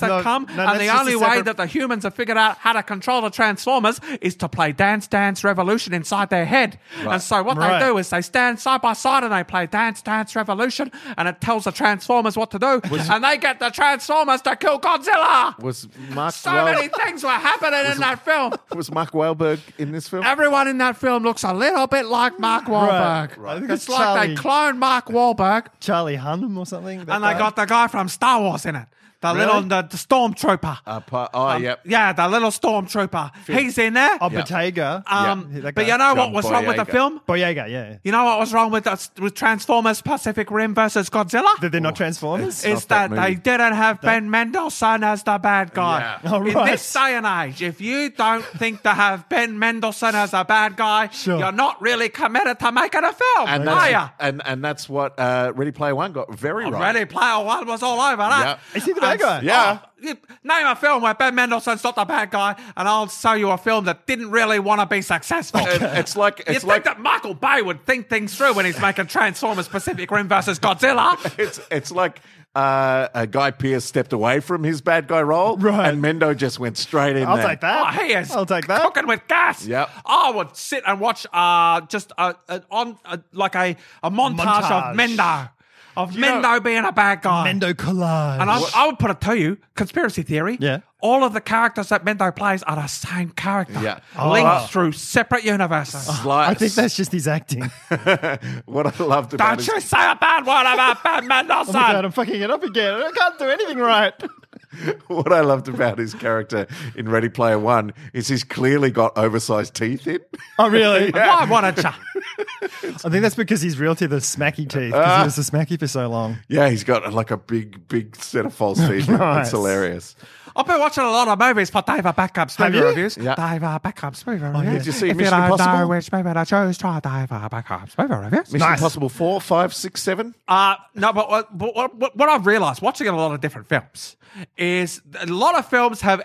C: that's
E: that
C: not-
E: come,
C: no,
E: and
C: that's
E: the
C: just a
E: only way
C: separate-
E: that the humans have figured out how to control the Transformers is to play Dance Dance Revolution inside their head. And so what
C: Right.
E: they do is they stand side by side and they play Dance Dance Revolution, and it tells the Transformers what to do, and they get the Transformers to kill Godzilla.
A: Was Mark
E: So
A: Wahl-
E: many things were happening in that film.
A: was Mark Wahlberg in this film?
E: Everyone in that film looks a little bit like Mark Wahlberg.
C: Right. I think
E: It's
C: it's
E: like they cloned Mark Wahlberg
C: Charlie Hunnam or something. uh, that
E: and they
C: guy?
E: got the guy from Star Wars in it. The little the, the stormtrooper.
A: Uh, pa- oh,
C: Um,
A: yep.
E: yeah, the little stormtrooper. He's in there.
C: Oh,
A: Yeah.
C: Bottega.
E: Um,
C: Yeah, that
E: But
C: guy.
E: you know what
A: John
E: was wrong with the
A: Boyega.
E: film?
C: Boyega, yeah.
E: You know what was wrong with us with Transformers Pacific Rim versus Godzilla?
C: That they're not Transformers?
A: Oh, it's-
E: is
A: not that
E: that, they
A: movie.
E: didn't have Ben Mendelsohn as the bad guy.
A: Yeah.
C: Oh,
E: In
C: right.
E: this day and age, if you don't think to have Ben Mendelsohn as a bad guy,
C: Sure.
E: you're not really committed to making a film,
A: and
E: are
A: that's,
E: ya?
A: and and that's what uh, Ready Player One got very right.
E: Ready Player One was all over that.
A: Yeah.
C: Is he the bad
E: And-
C: guy?
A: Yeah.
E: Oh, you- name a film where Ben Mendelsohn's not the bad guy, and I'll show you a film that didn't really want to be successful.
A: It- it's like
E: you
A: it's
E: think
A: like
E: that Michael Bay would think things through when he's making Transformers Pacific Rim versus Godzilla?
A: it's it's like uh, a guy Pierce stepped away from his bad guy role,
C: Right.
A: And Mendo just went straight in.
C: I'll
A: there.
C: take
E: Oh,
C: that.
E: he is.
C: Ah, I'll take that.
E: Cooking with gas.
A: Yep.
E: I would sit and watch uh, just a, a, on a, like a, a montage, of
C: Montage.
E: Mendo, of
A: know-
E: Mendo being a bad guy.
C: Mendo Collage.
E: And I, I would put it to you, conspiracy theory.
C: Yeah.
E: All of the characters that Mendo plays are the same character.
A: Yeah.
E: Linked
C: Oh.
E: through separate universes.
A: Slice.
C: I think that's just his acting.
A: what I loved about
E: Don't
A: his-
E: you say a bad word about Ben Mendelsohn.
C: oh my god, I'm fucking it up again. I can't do anything right.
A: what I loved about his character in Ready Player One is he's clearly got oversized teeth in.
C: Oh really?
E: Why want to
C: I think that's because he's real to the smacky teeth because he was the smacky for so long.
A: yeah, he's got like a big, big set of false teeth.
C: Nice.
A: It's hilarious.
E: I've been watching a lot of movies for David Beckham's
C: Have
E: movie
C: you?
E: reviews.
A: Yeah. Oh,
E: David Beckham's movie reviews.
A: Did you see
E: if
A: Mission
E: you don't know
A: Impossible?
E: which movie I chose, try David Beckham's movie reviews.
A: Mission
C: Nice.
A: Impossible four, five, six, seven.
E: Uh, no, but what, but what, what- what I've realised watching a lot of different films is a lot of films have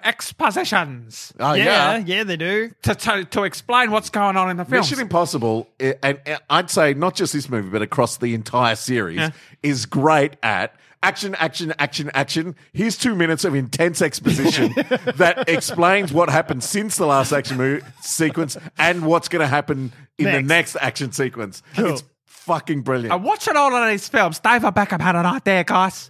E: expositions
A: Oh
C: yeah, they do.
E: to, to, to explain what's going on in the film.
A: Mission Impossible, i- and and I'd say not just this movie, but across the entire series, is great at action, action, action, action. Here's two minutes of intense exposition that explains what happened since the last action movie sequence and what's going to happen in the
C: Next.
A: next action sequence.
C: Cool.
A: It's fucking brilliant.
E: And watching Uh, all of these films, David Beckham had an idea, guys.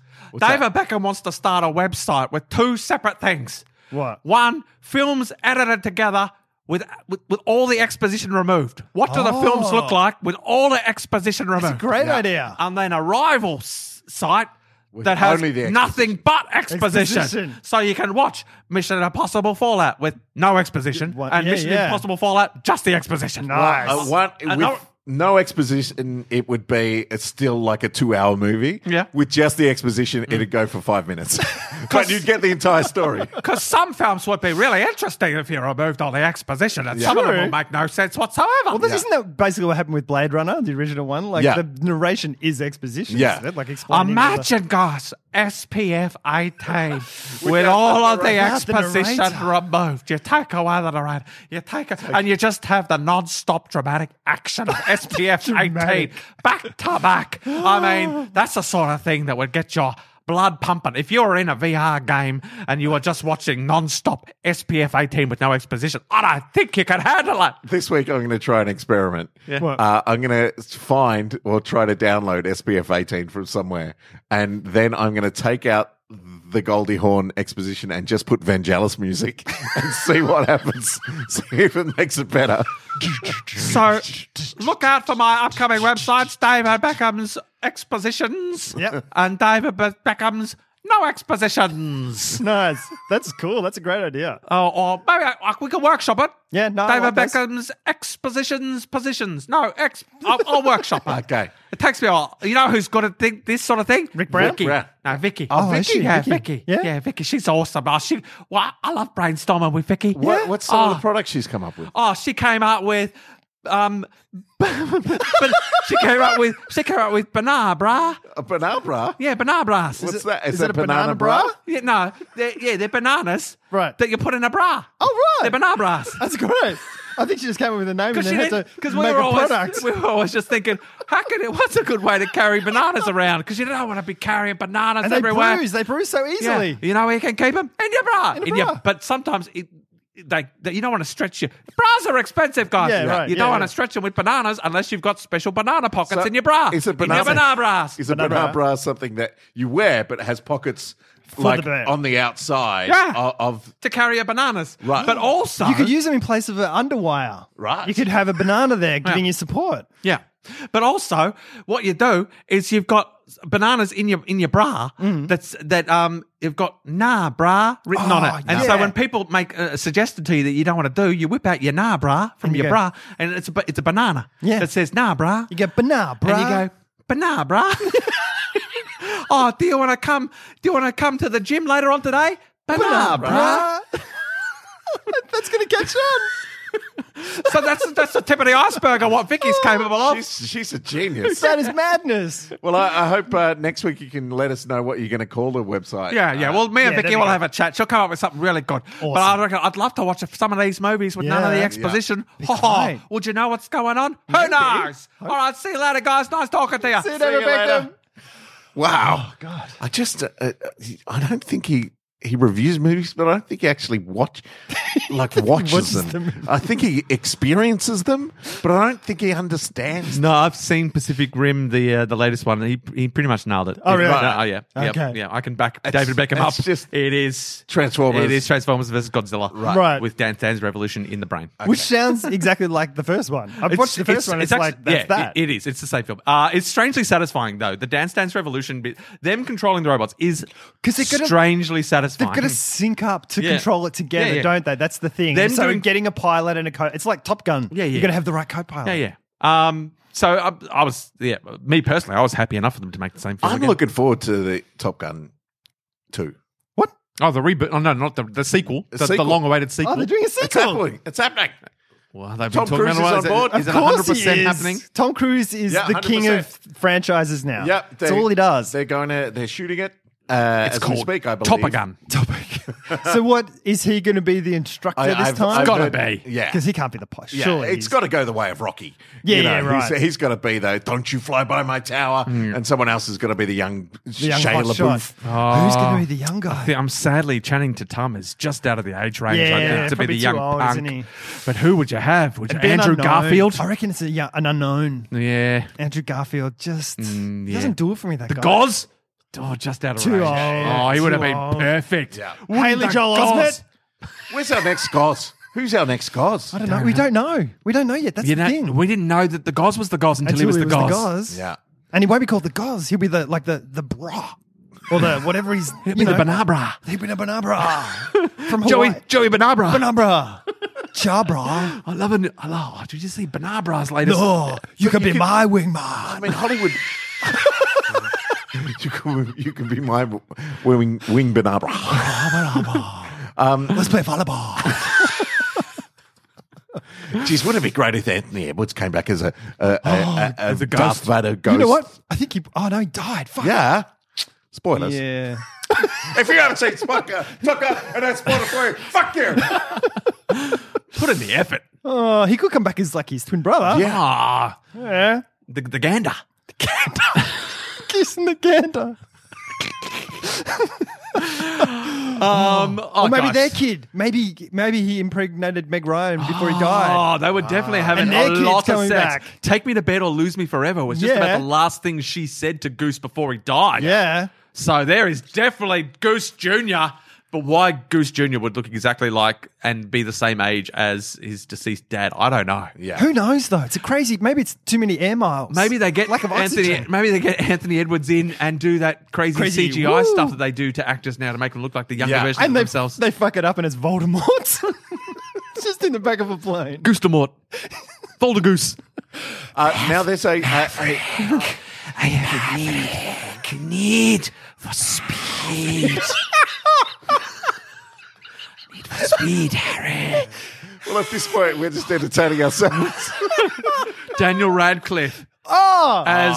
A: that?
E: David Beckham wants to start a website with two separate things.
C: What?
E: One, films edited together with with, with all the exposition removed. What do the films
C: Oh.
E: look like with all the exposition removed?
C: Great idea.
E: And then a rival s- site
A: With
E: that has
A: only the
E: nothing but exposition.
C: Exposition.
E: So you can watch Mission Impossible Fallout with no exposition,
C: What-
E: and
C: yeah,
E: Mission
C: yeah.
E: Impossible Fallout just the exposition.
C: Nice.
A: Uh, what
E: Uh,
A: with
E: no-
A: no, exposition, it would be it's still like a two-hour movie.
E: Yeah.
A: with just the exposition, it'd go for five minutes, but you'd get the entire story.
E: Because some films would be really interesting if you removed all the exposition, and some of them
C: True.
E: will make no sense whatsoever.
C: Well, this, isn't that basically what happened with Blade Runner, the original one? Like
A: Yeah.
C: the narration is exposition.
A: Yeah.
C: isn't it? like explaining. all the-
E: Imagine, guys, SPF 18 with
A: Without
E: all
A: the
E: of the
A: narrator.
E: exposition
C: Without the
E: removed. You take away the narrator, you take, a, and you just have the non-stop dramatic action of SPF 18
C: Dramatic.
E: back to back. I mean, that's the sort of thing that would get your blood pumping. If you were in a VR game and you were just watching non-stop SPF 18 with no exposition, I don't think you could handle it.
A: this week, I'm going to try an experiment.
E: Yeah.
C: What?
A: Uh, I'm going to find or try to download SPF 18 from somewhere, and then I'm going to take out the Goldie Hawn exposition and just put Vangelis music and see what happens. see if it makes it better.
E: So look out for my upcoming websites, David Beckham's Expositions.
C: Yep.
E: And David Be- Beckham's No Expositions.
C: Nice. That's cool. That's a great idea.
E: Oh, or maybe I, I- we can workshop it.
C: Yeah, no, I
E: David
C: like this.
E: Beckham's Expositions Positions. No, ex. I'll, I'll workshop it.
A: Okay.
E: It takes me a while. You know who's good at thi- this sort of thing?
C: Rick Brown?
E: Vicky.
A: Brown.
E: No, Vicky.
C: Oh, is
E: Vicky.
C: she?
E: Yeah,
C: Vicky.
E: Vicky.
C: Yeah.
E: Yeah, Vicky. She's awesome. Oh, she, well, I love brainstorming with Vicky.
A: What,
E: Yeah.
A: What's some
E: Oh.
A: of the products she's come up with?
E: Oh, she came out with um but she came out with she came out with banana bra.
A: A banana bra?
E: Yeah, banana bras.
A: What's
E: Is it-
A: that? Is,
C: is
A: that
C: it a
A: banana,
C: banana
A: bra?
C: bra?
E: Yeah, no, they're, yeah, they're bananas.
C: Right.
E: That you put in a bra.
C: Oh,
E: They're
C: right.
E: banana bras.
C: That's great. I think she just came up with a name and
E: Because
C: then had to
E: we
C: make
E: were
C: a
E: always
C: product.
E: we were always just thinking, how can it? What's a good way to carry bananas around? Because you don't want to be carrying bananas
C: and they
E: everywhere.
C: bruise. They bruise so
E: Yeah.
C: easily.
E: You know where you can keep them? In your bra.
C: In a
E: Your,
C: bra.
E: but sometimes it, they, they- you don't want to stretch your bras are expensive, guys.
C: Yeah, right.
E: You
C: Yeah,
E: don't want
C: yeah.
E: to stretch them with bananas unless you've got special banana pockets
A: So
E: in your bra.
A: Is a
E: In your
A: banana,
E: banana bras.
A: Is a banana,
C: Banana
A: bra something that you wear but has pockets like
C: the bra.
A: on the outside
E: Yeah.
A: o- of,
E: to carry your bananas.
A: Right.
E: But also
C: You could use them in place of an underwire.
A: Right.
C: You could have a banana there giving you support.
E: Yeah. But also, what you do is you've got bananas in your in your bra
C: Mm.
E: that's that um you've got nah bra written on
C: Oh,
E: it.
C: yeah.
E: And so when people make uh, suggested to you that you don't want to do, you whip out your nah bra from
C: you
E: your
C: go-
E: bra and it's a ba- it's a banana
C: Yeah.
E: that says nah bra.
C: You get banana, bro.
E: And you go, banana, bra. oh, do you want to come? Do you want to come to the gym later on today? Banana, bra.
C: That's going to catch on.
E: So that's that's the tip of the iceberg of what Vicky's
C: Oh,
E: capable of.
A: she's, she's a genius.
C: That is madness.
A: well, I, I hope uh, next week you can let us know what you're going to call the website.
E: Yeah, yeah. Well, me and
C: Yeah,
E: Vicky
C: there we
E: will
C: go.
E: have a chat. She'll come up with something really good. But I
C: Awesome.
E: reckon I'd love to watch some of these movies with none of the
C: Yeah.
E: exposition.
C: Yeah.
E: Ha ha.
C: Great.
E: Would you know what's going on? Who knows? All right. See you later, guys. Nice talking to you.
C: See you,
A: See you
C: David Beckham.
A: later.
E: Oh,
A: Wow.
C: God.
A: I just, uh, uh, he- I don't think he. He reviews movies, but I don't think he actually watch, like watches,
C: watches
A: them.
C: them.
A: I think he experiences them, but I don't think he understands.
E: No, I've seen Pacific Rim, the uh, the latest one. He he pretty much nailed it.
C: Oh, really?
E: Right. Oh yeah. Yep.
C: Okay.
E: Yeah, I can back
A: It's-
E: David Beckham up.
A: it's just
E: it is
A: Transformers.
E: It is Transformers versus Godzilla.
C: Right.
E: With Dan Dan's revolution in the brain.
C: Which sounds exactly like the first one. I've watched the first one. It's, like, that's
E: yeah,
C: that.
E: It, it is. It's the same film. Uh, it's strangely satisfying though. The Dan Stan's revolution bit, them controlling the robots is
C: 'Cause they're gonna-
E: strangely
C: They've
E: satisfying.
C: got to sync up to
E: Yeah.
C: control it together,
E: Yeah, yeah.
C: don't they? That's the thing.
E: Them
C: so
E: doing-
C: getting a pilot and a co It's like Top Gun.
E: Yeah, yeah.
C: You're going to have the right co-pilot.
E: yeah, yeah. Um, so I, I was, yeah, me personally, I was happy enough for them to make the same film.
A: I'm
E: again.
A: looking forward to the Top Gun two.
C: What?
E: oh, the reboot. Oh no, not the the sequel, the, the
A: sequel.
E: long-awaited sequel.
C: Oh, they're doing a
A: It's
C: sequel.
A: happening. It's happening.
E: Well, they've
A: Tom
E: been talking
A: Cruise
E: about it.
A: is on board.
E: Is,
A: Is
E: it
A: it
E: one hundred
C: course he
E: percent
C: is.
E: happening?
C: Tom Cruise is
A: Yeah,
C: the king of
A: 100%.
C: franchises now.
A: Yep,
C: That's all he does.
A: They're going to. They're shooting it. Uh, it's as we speak, I believe.
E: Topper Gun.
C: so what is he going to be the instructor
A: I,
C: this
A: I've,
C: time?
A: I've
E: Gotta
A: heard-
E: be.
A: Yeah.
C: because he can't be the pilot.
A: Yeah,
C: Surely
A: it's
C: he's-
A: got to go the way of Rocky.
C: Yeah, yeah,
A: he's-
C: right. Mm.
A: he's got to be the "Don't you fly by my tower," and someone else is going to be the young,
C: the young
A: Shia
C: hot shot.
A: LaBeouf.
E: Ah.
C: Who's going to be the young guy?
E: Yeah, I'm sadly Channing Tatum is just out of the age range.
C: Yeah,
E: I think,
C: yeah,
E: to be
C: probably
E: the young
C: too old,
E: punk.
C: isn't he?
E: But who would you have? Would you,
C: It'd be an
E: Andrew
C: unknown.
E: Garfield?
C: I reckon it's a, yeah, an unknown.
E: Yeah,
C: Andrew Garfield just he
E: Mm, yeah.
C: doesn't do it for me. That
E: the
C: guy.
E: Goz. Oh, just out of
C: Too
E: range.
C: old.
E: Oh, he
C: Too
E: would have been
C: old.
E: perfect.
A: Yeah.
E: Wouldn't
C: Haley
E: the
C: Joel
E: Goz-
C: Osment?
A: Where's our next Goss? Who's our next Goss?
C: I don't know. We don't know. We don't know yet. That's
E: You
C: the
E: know,
C: thing.
E: we didn't know that the Goz was the Goz until, he was the Goz.
C: Goz.
A: Yeah.
C: and he won't be called the Goz. He'll be the like the the bra. or the whatever he's
E: Hit me the Banabra.
C: They've been a banabra from Hawaii.
E: Joey, Joey Banabra.
C: Banabra, Chabra.
E: I love it. I love. oh, Did you see Banabra's latest?
C: No, you could be my wingman.
A: I mean, Hollywood. you, can, you can be my wing, wing banana.
C: Let's play volleyball.
A: Geez, wouldn't it be great if Anthony Edwards came back as a, a,
C: Oh,
A: a, a, a,
E: as a
A: Darth
E: ghost.
A: Vader ghost?
C: You know what? I think he. Oh no, he died. Fuck.
A: Yeah. Spoilers.
C: Yeah.
A: If you haven't seen Tucker, Tucker, and that's spoiler for you, fuck you.
E: Put in the effort.
C: Oh, he could come back as like his twin brother.
A: Yeah.
E: Ah,
C: Yeah.
E: the, the gander. The gander.
C: Kissing the gander.
E: um, oh,
C: or maybe
E: gosh.
C: their kid. Maybe maybe he impregnated Meg Ryan before he
E: Oh,
C: died. Ah.
E: they were definitely having
C: And their
E: a
C: kid's
E: lot of
C: coming
E: sex.
C: back.
E: Take me to bed or lose me forever was just
C: Yeah.
E: about the last thing she said to Goose before he died.
C: Yeah.
E: So there is definitely Goose Jr. But why Goose Jr. would look exactly like and be the same age as his deceased dad, I don't know.
A: Yeah.
C: Who knows though? It's a crazy. Maybe it's too many air miles.
E: Maybe they get
C: lack of
E: Anthony.
C: oxygen.
E: Maybe they get Anthony Edwards in and do that crazy,
C: Crazy,
E: CGI
C: woo.
E: stuff that they do to actors now to make them look like the younger
A: Yeah.
E: versions
C: and
E: of
C: they,
E: themselves.
C: they fuck it up and it's Voldemort. It's Just in the back of a plane.
E: Goose de Mort, Folder Goose.
A: Uh, now there's a, a, a
E: I have a need, need for speed. need for speed, Harry.
A: well at this point we're just entertaining ourselves.
E: Daniel Radcliffe
C: Oh,
E: as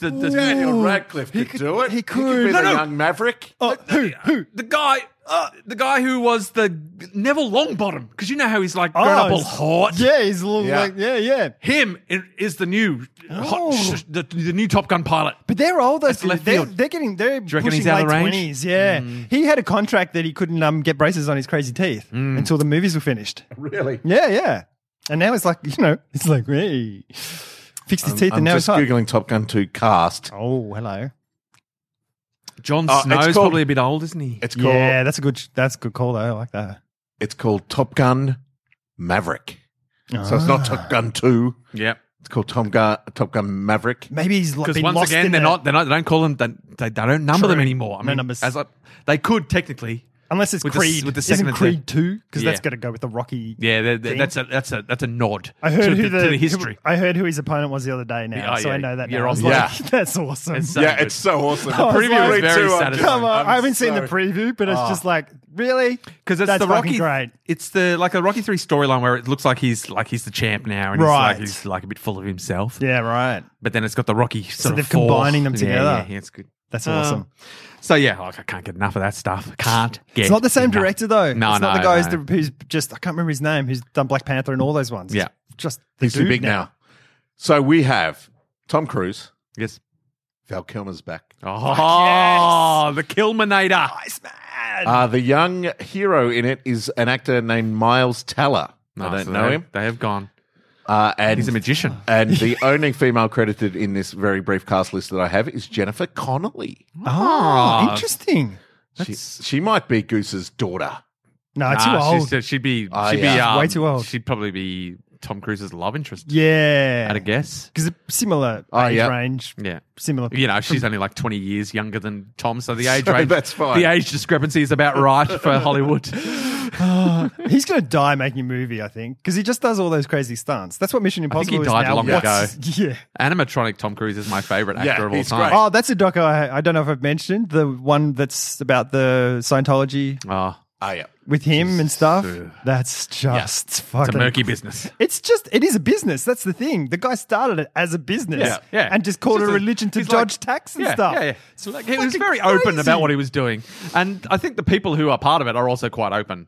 E: the the, the,
A: Daniel Radcliffe
C: He
A: could,
C: could-
A: do it.
C: he
A: He could
C: could.
A: be the
C: No,
E: no.
A: young maverick.
E: Uh,
C: oh, who? Who?
E: the guy. Uh, the guy who was the Neville Longbottom, because you know how Oh, he's like grown up all
C: he's-
E: hot.
C: Yeah, he's a little
A: Yeah.
C: like yeah, yeah.
E: Him i- is the new hot,
C: Oh.
E: sh- the, the new Top Gun pilot.
C: But they're all those.
E: That's left
C: They're,
E: field.
C: they're getting. They're
E: you reckon
C: pushing
E: he's out
C: late
E: of range? Mm.
C: twenties. Yeah, he had a contract that he couldn't um, get braces on his crazy teeth
E: Mm.
C: until the movies were finished.
A: Really?
C: Yeah, yeah. And now it's like you know, it's like hey, fixed his teeth,
A: I'm
C: and now
A: just
C: it's hot.
A: googling Top Gun 2 cast.
C: Oh, hello.
E: John
A: Uh, it's
E: Snow's
A: called-
E: probably a bit old, isn't he?
A: It's called
C: Yeah, that's a good. That's a good call though. I like that.
A: it's called Top Gun Maverick. So it's not
C: Ah.
A: Top Gun 2.
E: Yeah.
A: It's called Tom Gun, Top Gun Maverick.
C: Maybe he's like
E: Because
C: been
E: once
C: lost
E: again,
C: in
E: they're
C: a-
E: not, they're not. They don't call them. They, they don't number
C: True.
E: them anymore. I
C: No
E: mean,
C: numbers.
E: as I, they could technically.
C: Unless it's
E: with the s-
C: Creed.
E: with the
C: Isn't
E: second and
C: Creed two because
E: Yeah.
C: that's got to go with the Rocky.
E: Yeah, they're, they're-
C: Thing.
E: that's a that's a that's a nod
C: I heard
E: to,
C: who
E: the,
C: the,
E: to the history.
C: I heard who his opponent was the other day. Now,
E: Yeah,
C: so
E: yeah,
C: I know that.
E: you're
C: now. I was
E: on-
C: like,
A: Yeah.
C: that's awesome.
E: It's so
A: yeah,
E: good.
A: it's so awesome.
C: I was
E: preview is
A: Read
E: very
A: through, I'm
E: satisfying.
A: just-
C: Come on,
A: I'm
C: I haven't seen the
A: so-
C: preview, but it's just like really
E: Ah. because it's
C: That's
E: the Rocky.
C: fucking great.
E: It's the like a Rocky three storyline where it looks like he's like he's the champ now, and
C: Right.
E: he's like he's like a bit full of himself.
C: Yeah, right.
E: But then it's got the Rocky sort
C: they're
E: of four.
C: combining them
E: Yeah,
C: together.
E: Yeah, yeah, it's good.
C: That's
E: Um,
C: awesome.
E: So yeah, like, I can't get enough of that stuff. Can't get.
C: It's not the same
E: enough.
C: director though.
E: No,
C: it's not
E: no,
C: the guy
E: no.
C: who's, the, who's just I can't remember his name. Who's done Black Panther and all those ones.
E: Yeah.
C: It's just the
A: He's too
C: dude
A: big now. So we have Tom Cruise.
E: Yes.
A: Val Kilmer's back.
E: Oh, the Kilminator.
C: Iceman.
A: Uh, the young hero in it is an actor named Miles Teller. I don't
E: Oh, so
A: know
E: they-
A: him.
E: They have gone.
A: Uh, and
E: He's a magician.
A: And the only female credited in this very brief cast list that I have is Jennifer Connolly.
C: oh,
E: Uh,
C: interesting.
A: She, she might be Goose's daughter.
C: No, too
E: Ah,
C: old.
E: she's- she'd be.
A: Ah,
E: she'd
A: yeah.
E: be
A: She's
E: um,
C: way too old.
E: She'd probably be Tom Cruise's love interest. At a
C: yeah,
E: guess.
C: because similar
A: Oh,
C: age
A: yeah.
C: range.
E: Yeah.
C: Similar.
E: You know, she's only like 20 years younger than Tom, so the age
A: So
E: range.
A: that's fine.
E: The age discrepancy is about right for Hollywood.
C: He's going to die making a movie, I think, because he just does all those crazy stunts. That's what Mission
E: think he
C: Impossible
E: died
C: is now.
E: long
C: What's- Yeah.
E: Animatronic Tom Cruise is my favorite actor
A: Yeah,
E: of all
A: he's
E: time.
A: great.
C: Oh, that's a doc I, I don't know if I've mentioned the one that's about the Scientology
E: Oh,
A: Oh, yeah.
C: with him and stuff.
E: Ugh.
C: That's just fucking.
E: uh, it's a murky business.
C: It's just it is a business. That's the thing. The guy started it as a business,
A: Yeah,
E: yeah.
C: and just called
E: It's
C: it a
E: just a-
C: religion to
E: he's
C: dodge
E: like-
C: tax and
E: yeah,
C: stuff.
E: Yeah, yeah. So like, he was
C: fucking
E: very open
C: crazy.
E: about what he was doing, and I think the people who are part of it are also quite open.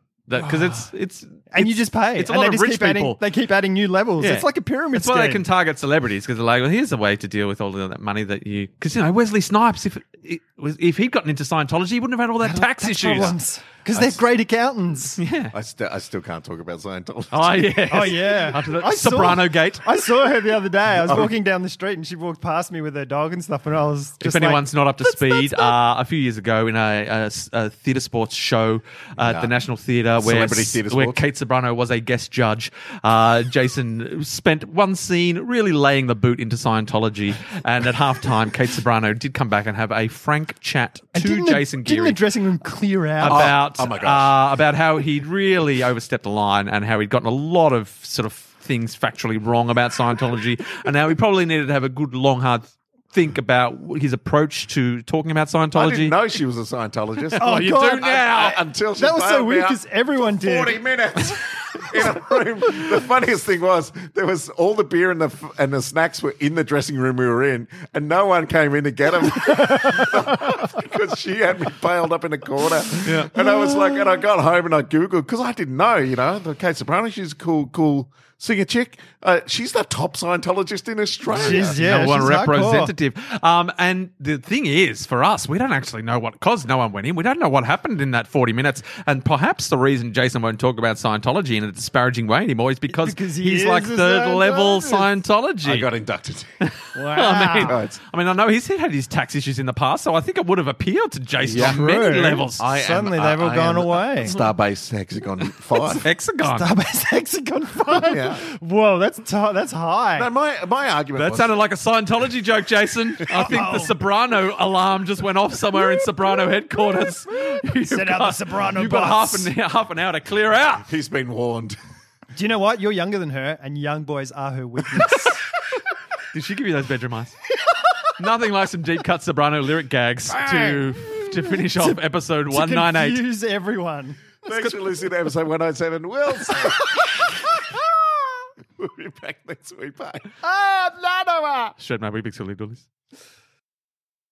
E: Because it's it's
C: And you
E: it's-
C: just pay.
E: It's a
C: and
E: lot
C: they
E: of
C: just
E: rich
C: keep adding-
E: people.
C: they keep adding new levels.
E: Yeah.
C: It's like a pyramid
E: That's why they
C: scheme.
E: can target celebrities because they're like, well, here's a way to deal with all of that money that you. Because you know Wesley Snipes, if it was, if he'd gotten into Scientology, he wouldn't have had all that tax issues.
C: problems. because they're great accountants.
B: Yeah.
A: I, st- I still can't talk about Scientology.
B: Oh yeah.
C: Oh yeah,
B: After the
C: I saw-
B: Soprano Gate.
C: I saw her the other day. I was walking down the street and she walked past me with her dog and stuff, and I was
B: if
C: just
B: anyone's
C: like,
B: not up to
C: "That's-
B: speed,
C: that's not-"
B: uh, a few years ago in a, a s- a theatre sports show uh, at
A: Yeah.
B: the National Theatre, where,
A: Celebrity theatre
B: where
A: sports.
B: Kate Sobrano was a guest judge, uh, Jason spent one scene really laying the boot into Scientology, and at halftime, Kate Sobrano did come back and have a frank chat
C: And
B: to
C: didn't the-
B: Jason
C: Didn't
B: Geary
C: the dressing room clear out?
B: about
A: oh my gosh.
B: uh, about how he'd really overstepped the line and how he'd gotten a lot of sort of things factually wrong about Scientology and how he probably needed to have a good long hard think about his approach to talking about Scientology.
A: I didn't know she was a Scientologist.
B: Oh, you
C: God.
B: do now.
A: I- I- until she
C: that was so
A: bailed me
C: weird
A: out
C: because everyone did.
A: 40 minutes in a room. The funniest thing was there was all the beer and the f- and the snacks were in the dressing room we were in, and no one came in to get them because she had me bailed up in a corner. Yeah. And I was like, and I got home and I googled because I didn't know, you know, the Kate Soprano. She's a cool, cool singer chick. Uh, she's the top Scientologist in Australia.
C: She's- yeah,
B: no one
C: she's
B: representative. Um, and the thing is, for us, we don't actually know what because no one went in. We don't know what happened in that forty minutes. And perhaps the reason Jason won't talk about Scientology in a disparaging way anymore is because,
C: Because he
B: he's
C: is
B: like
C: a
B: third level Scientology.
A: I got inducted.
B: I mean,
A: Right.
B: I mean, I know he's had his tax issues in the past, so I think it would have appealed to Jason
A: Yeah.
B: on many
C: True.
B: levels.
C: I- Suddenly they've all gone away.
A: Starbase Hexagon 5.
B: Hexagon.
C: Starbucks Hexagon Five.
A: Yeah.
C: Whoa, that's t- that's high.
A: No, my, my argument
B: That
A: was-
B: sounded like a Scientology joke, Jason. I think the Soprano alarm just went off somewhere in Soprano headquarters. You've
C: Set out the Soprano
B: You've got half
C: bots.
B: an, half an hour to clear out.
A: he's been warned.
C: Do you know what? You're younger than her, and young boys are her weakness.
B: Did she give you those bedroom eyes? Nothing like some deep cut Soprano lyric gags to to finish off episode
C: To
B: 198.
C: confuse everyone.
A: Thanks for listening to episode 197. We'll see. we'll be back next week. Bye.
B: Shred my wee big silly doolies.